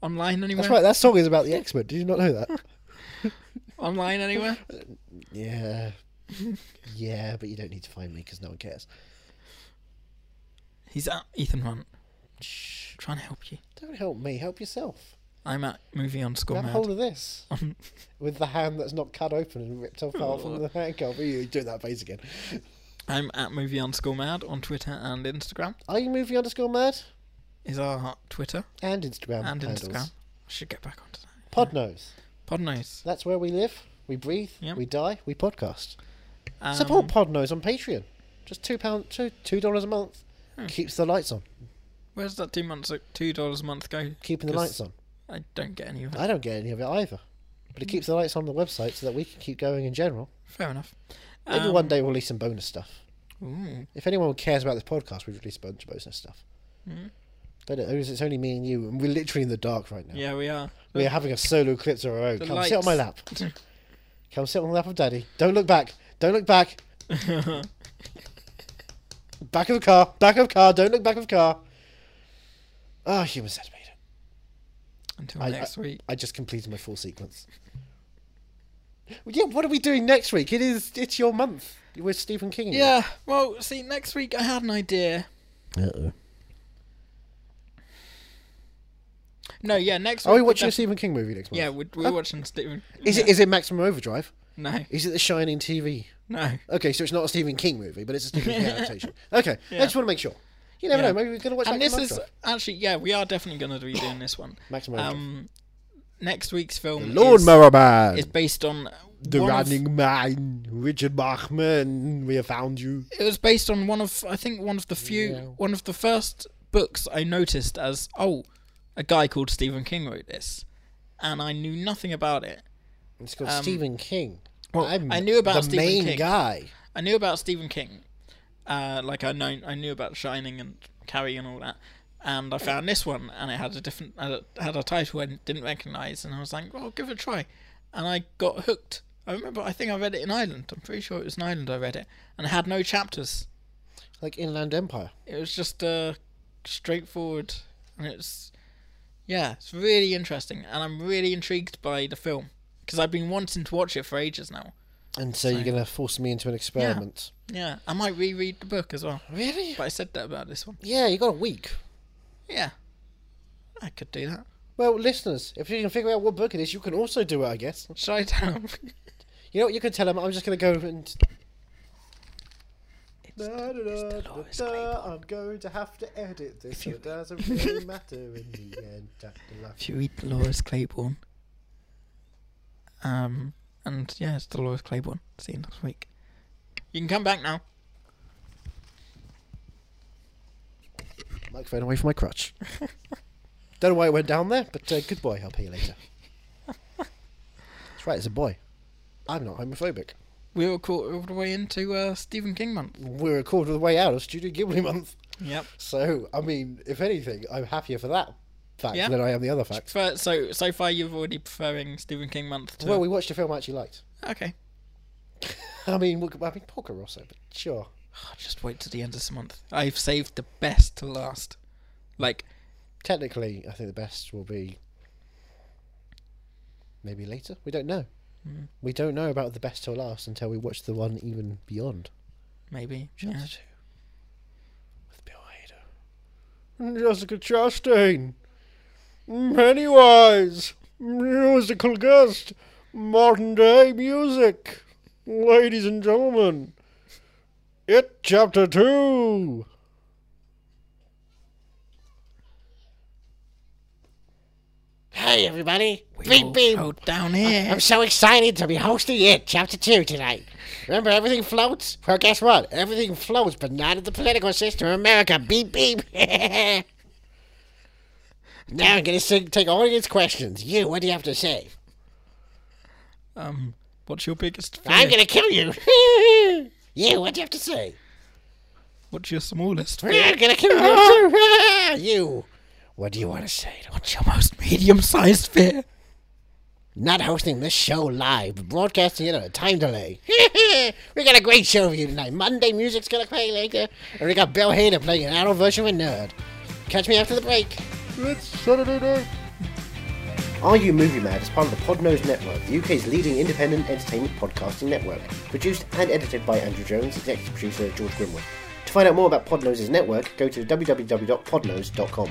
B: online anywhere?
A: That's right, that song is about the X Men. Did you not know that?
B: Online anywhere?
A: yeah. Yeah, but you don't need to find me because no one cares.
B: He's at Ethan Hunt. Trying to help you.
A: Don't help me, help yourself.
B: I'm at movie on score
A: Grab
B: mad.
A: hold of this. With the hand that's not cut open and ripped off out from the handcuff. You do that face again.
B: I'm at movie on score mad on Twitter and Instagram.
A: Are you movie underscore mad?
B: Is our Twitter
A: And Instagram.
B: and
A: handles.
B: Instagram. I should get back onto that.
A: Podnose.
B: Podnose.
A: That's where we live. We breathe.
B: Yep.
A: We die. We podcast.
B: Um,
A: Support Podnose on Patreon. Just two pound, two two dollars a month.
B: Hmm.
A: Keeps the lights on.
B: Where's that two months, two dollars a month go?
A: Keeping the lights
B: 'Cause
A: on.
B: I don't get any of it.
A: I don't get any of it either. But it keeps the lights on the website so that we can keep going in general.
B: Fair enough.
A: Maybe
B: Um,
A: one day we'll release some bonus stuff.
B: Ooh,
A: If anyone cares about this podcast, we release a bunch of bonus stuff.
B: Hmm.
A: But it- it's only me and you, and we're literally in the dark right now.
B: yeah, we are.
A: We're having a solo clips of our own. Come sit on my lap.
B: lights.
A: Come sit on the lap of Daddy. Don't look back. Don't look back. back of the car. Back of car. Don't look back of car. Ah, human centipede.
B: Until
A: I-
B: next
A: I,
B: week.
A: I just completed my full sequence. Well, yeah, what are we doing next week? It is. It's your month. We're Stephen King.
B: Yeah. Well, see, next week I had an idea.
A: Uh-oh.
B: No, yeah, next week.
A: Are we
B: we're
A: watching a
B: def-
A: Stephen King movie next month?
B: Yeah, we're, we're watching Stephen.
A: Is it? Is it Maximum Overdrive?
B: No,
A: Is it The Shining TV?
B: no.
A: Okay, so it's not a Stephen King movie, but it's a Stephen King adaptation. Okay, I just want to make sure. You never
B: Yeah.
A: know. Maybe we're going to watch.
B: And this
A: Maximum
B: is
A: Overdrive.
B: actually, yeah, we are definitely going to be doing this one.
A: Maximum Overdrive.
B: Um, next week's film
A: Lord
B: is,
A: Merriman,
B: is based on
A: the
B: one of-
A: Running Man, Richard Bachman. We have found you.
B: it was based on one of I think one of the few one of the first books I noticed as oh a guy called Stephen King wrote this and I knew nothing about it.
A: It's called Stephen King.
B: Um, well,
A: I'm
B: I knew about
A: the
B: Stephen
A: main
B: King.
A: guy.
B: I knew about Stephen King. Uh, like I know I knew about Shining and Carrie and all that. And I found this one and it had a different had a, had a title I didn't recognize and I was like, "Well, I'll give it a try." And I got hooked. I remember I think I read it in Ireland. I'm pretty sure it was in Ireland I read it and it had no chapters.
A: like Inland Empire.
B: it was just uh, straightforward and it's yeah it's really interesting and i'm really intrigued by the film because i've been wanting to watch it for ages now
A: And so, you're going to force me into an experiment.
B: yeah i might reread the book as well
A: Really?
B: but i said that about this one
A: Yeah, you got a week.
B: yeah i could do that
A: Well, listeners, if you can figure out what book it is, you can also do it, I guess.
B: should i tell him
A: You know what? You can tell him. I'm just going to go and. I'm going to have to edit this, so it doesn't really matter in the end.
B: if you read dolores claiborne um and yeah it's dolores claiborne see you next week you can come back now
A: Microphone away from my crutch. Don't know why it went down there, but uh, good boy. I'll pay you later. That's right. It's a boy. I'm not homophobic.
B: we were caught all the way into uh, stephen king month
A: We're a quarter of the way out of Studio Ghibli month.
B: yep
A: So, I mean, if anything, I'm happier for that fact
B: Yeah.
A: than I am the other fact.
B: Prefer- so so far you've already preferring Stephen King month to
A: Well, we watched a film I actually liked.
B: okay.
A: I mean, we- I mean, Porco Rosso, but sure.
B: Oh, just wait to the end of this month. I've saved the best to last. Like
A: Technically, I think the best will be maybe later. We don't know. We don't know about the best till last until we watch the one even beyond.
B: maybe yeah.
A: With Bill Hader. And Jessica Chastain. Pennywise. Musical guest. Modern day music. Ladies and gentlemen. It Chapter 2.
C: Hey, everybody.
B: Oh,
C: Big Beam.
B: oh, down here.
C: I'm so excited to be hosting it, Chapter 2, tonight. Remember, everything floats? Well, guess what? Everything floats, but not in the political system of America. Beep, beep. now I'm going to sing, take audience questions. You, what do you have to say?
B: Um, what's your biggest fear?
C: I'm going to kill you. you, what do you have to say?
B: What's your smallest fear?
C: I'm going to kill you. you, what do you want to say?
B: What's your most medium-sized fear?
C: Not hosting this show live, but broadcasting it on a time delay. we got a great show for you tonight. Monday music's gonna play later, and we got Bill Hader playing an adult version of a nerd. Catch me after the break.
A: It's Saturday night. Are You Movie Mad is part of the Podnose Network, the UK's leading independent entertainment podcasting network. Produced and edited by Andrew Jones, executive producer George Grimwood. To find out more about Podnose's network, go to www.podnose.com.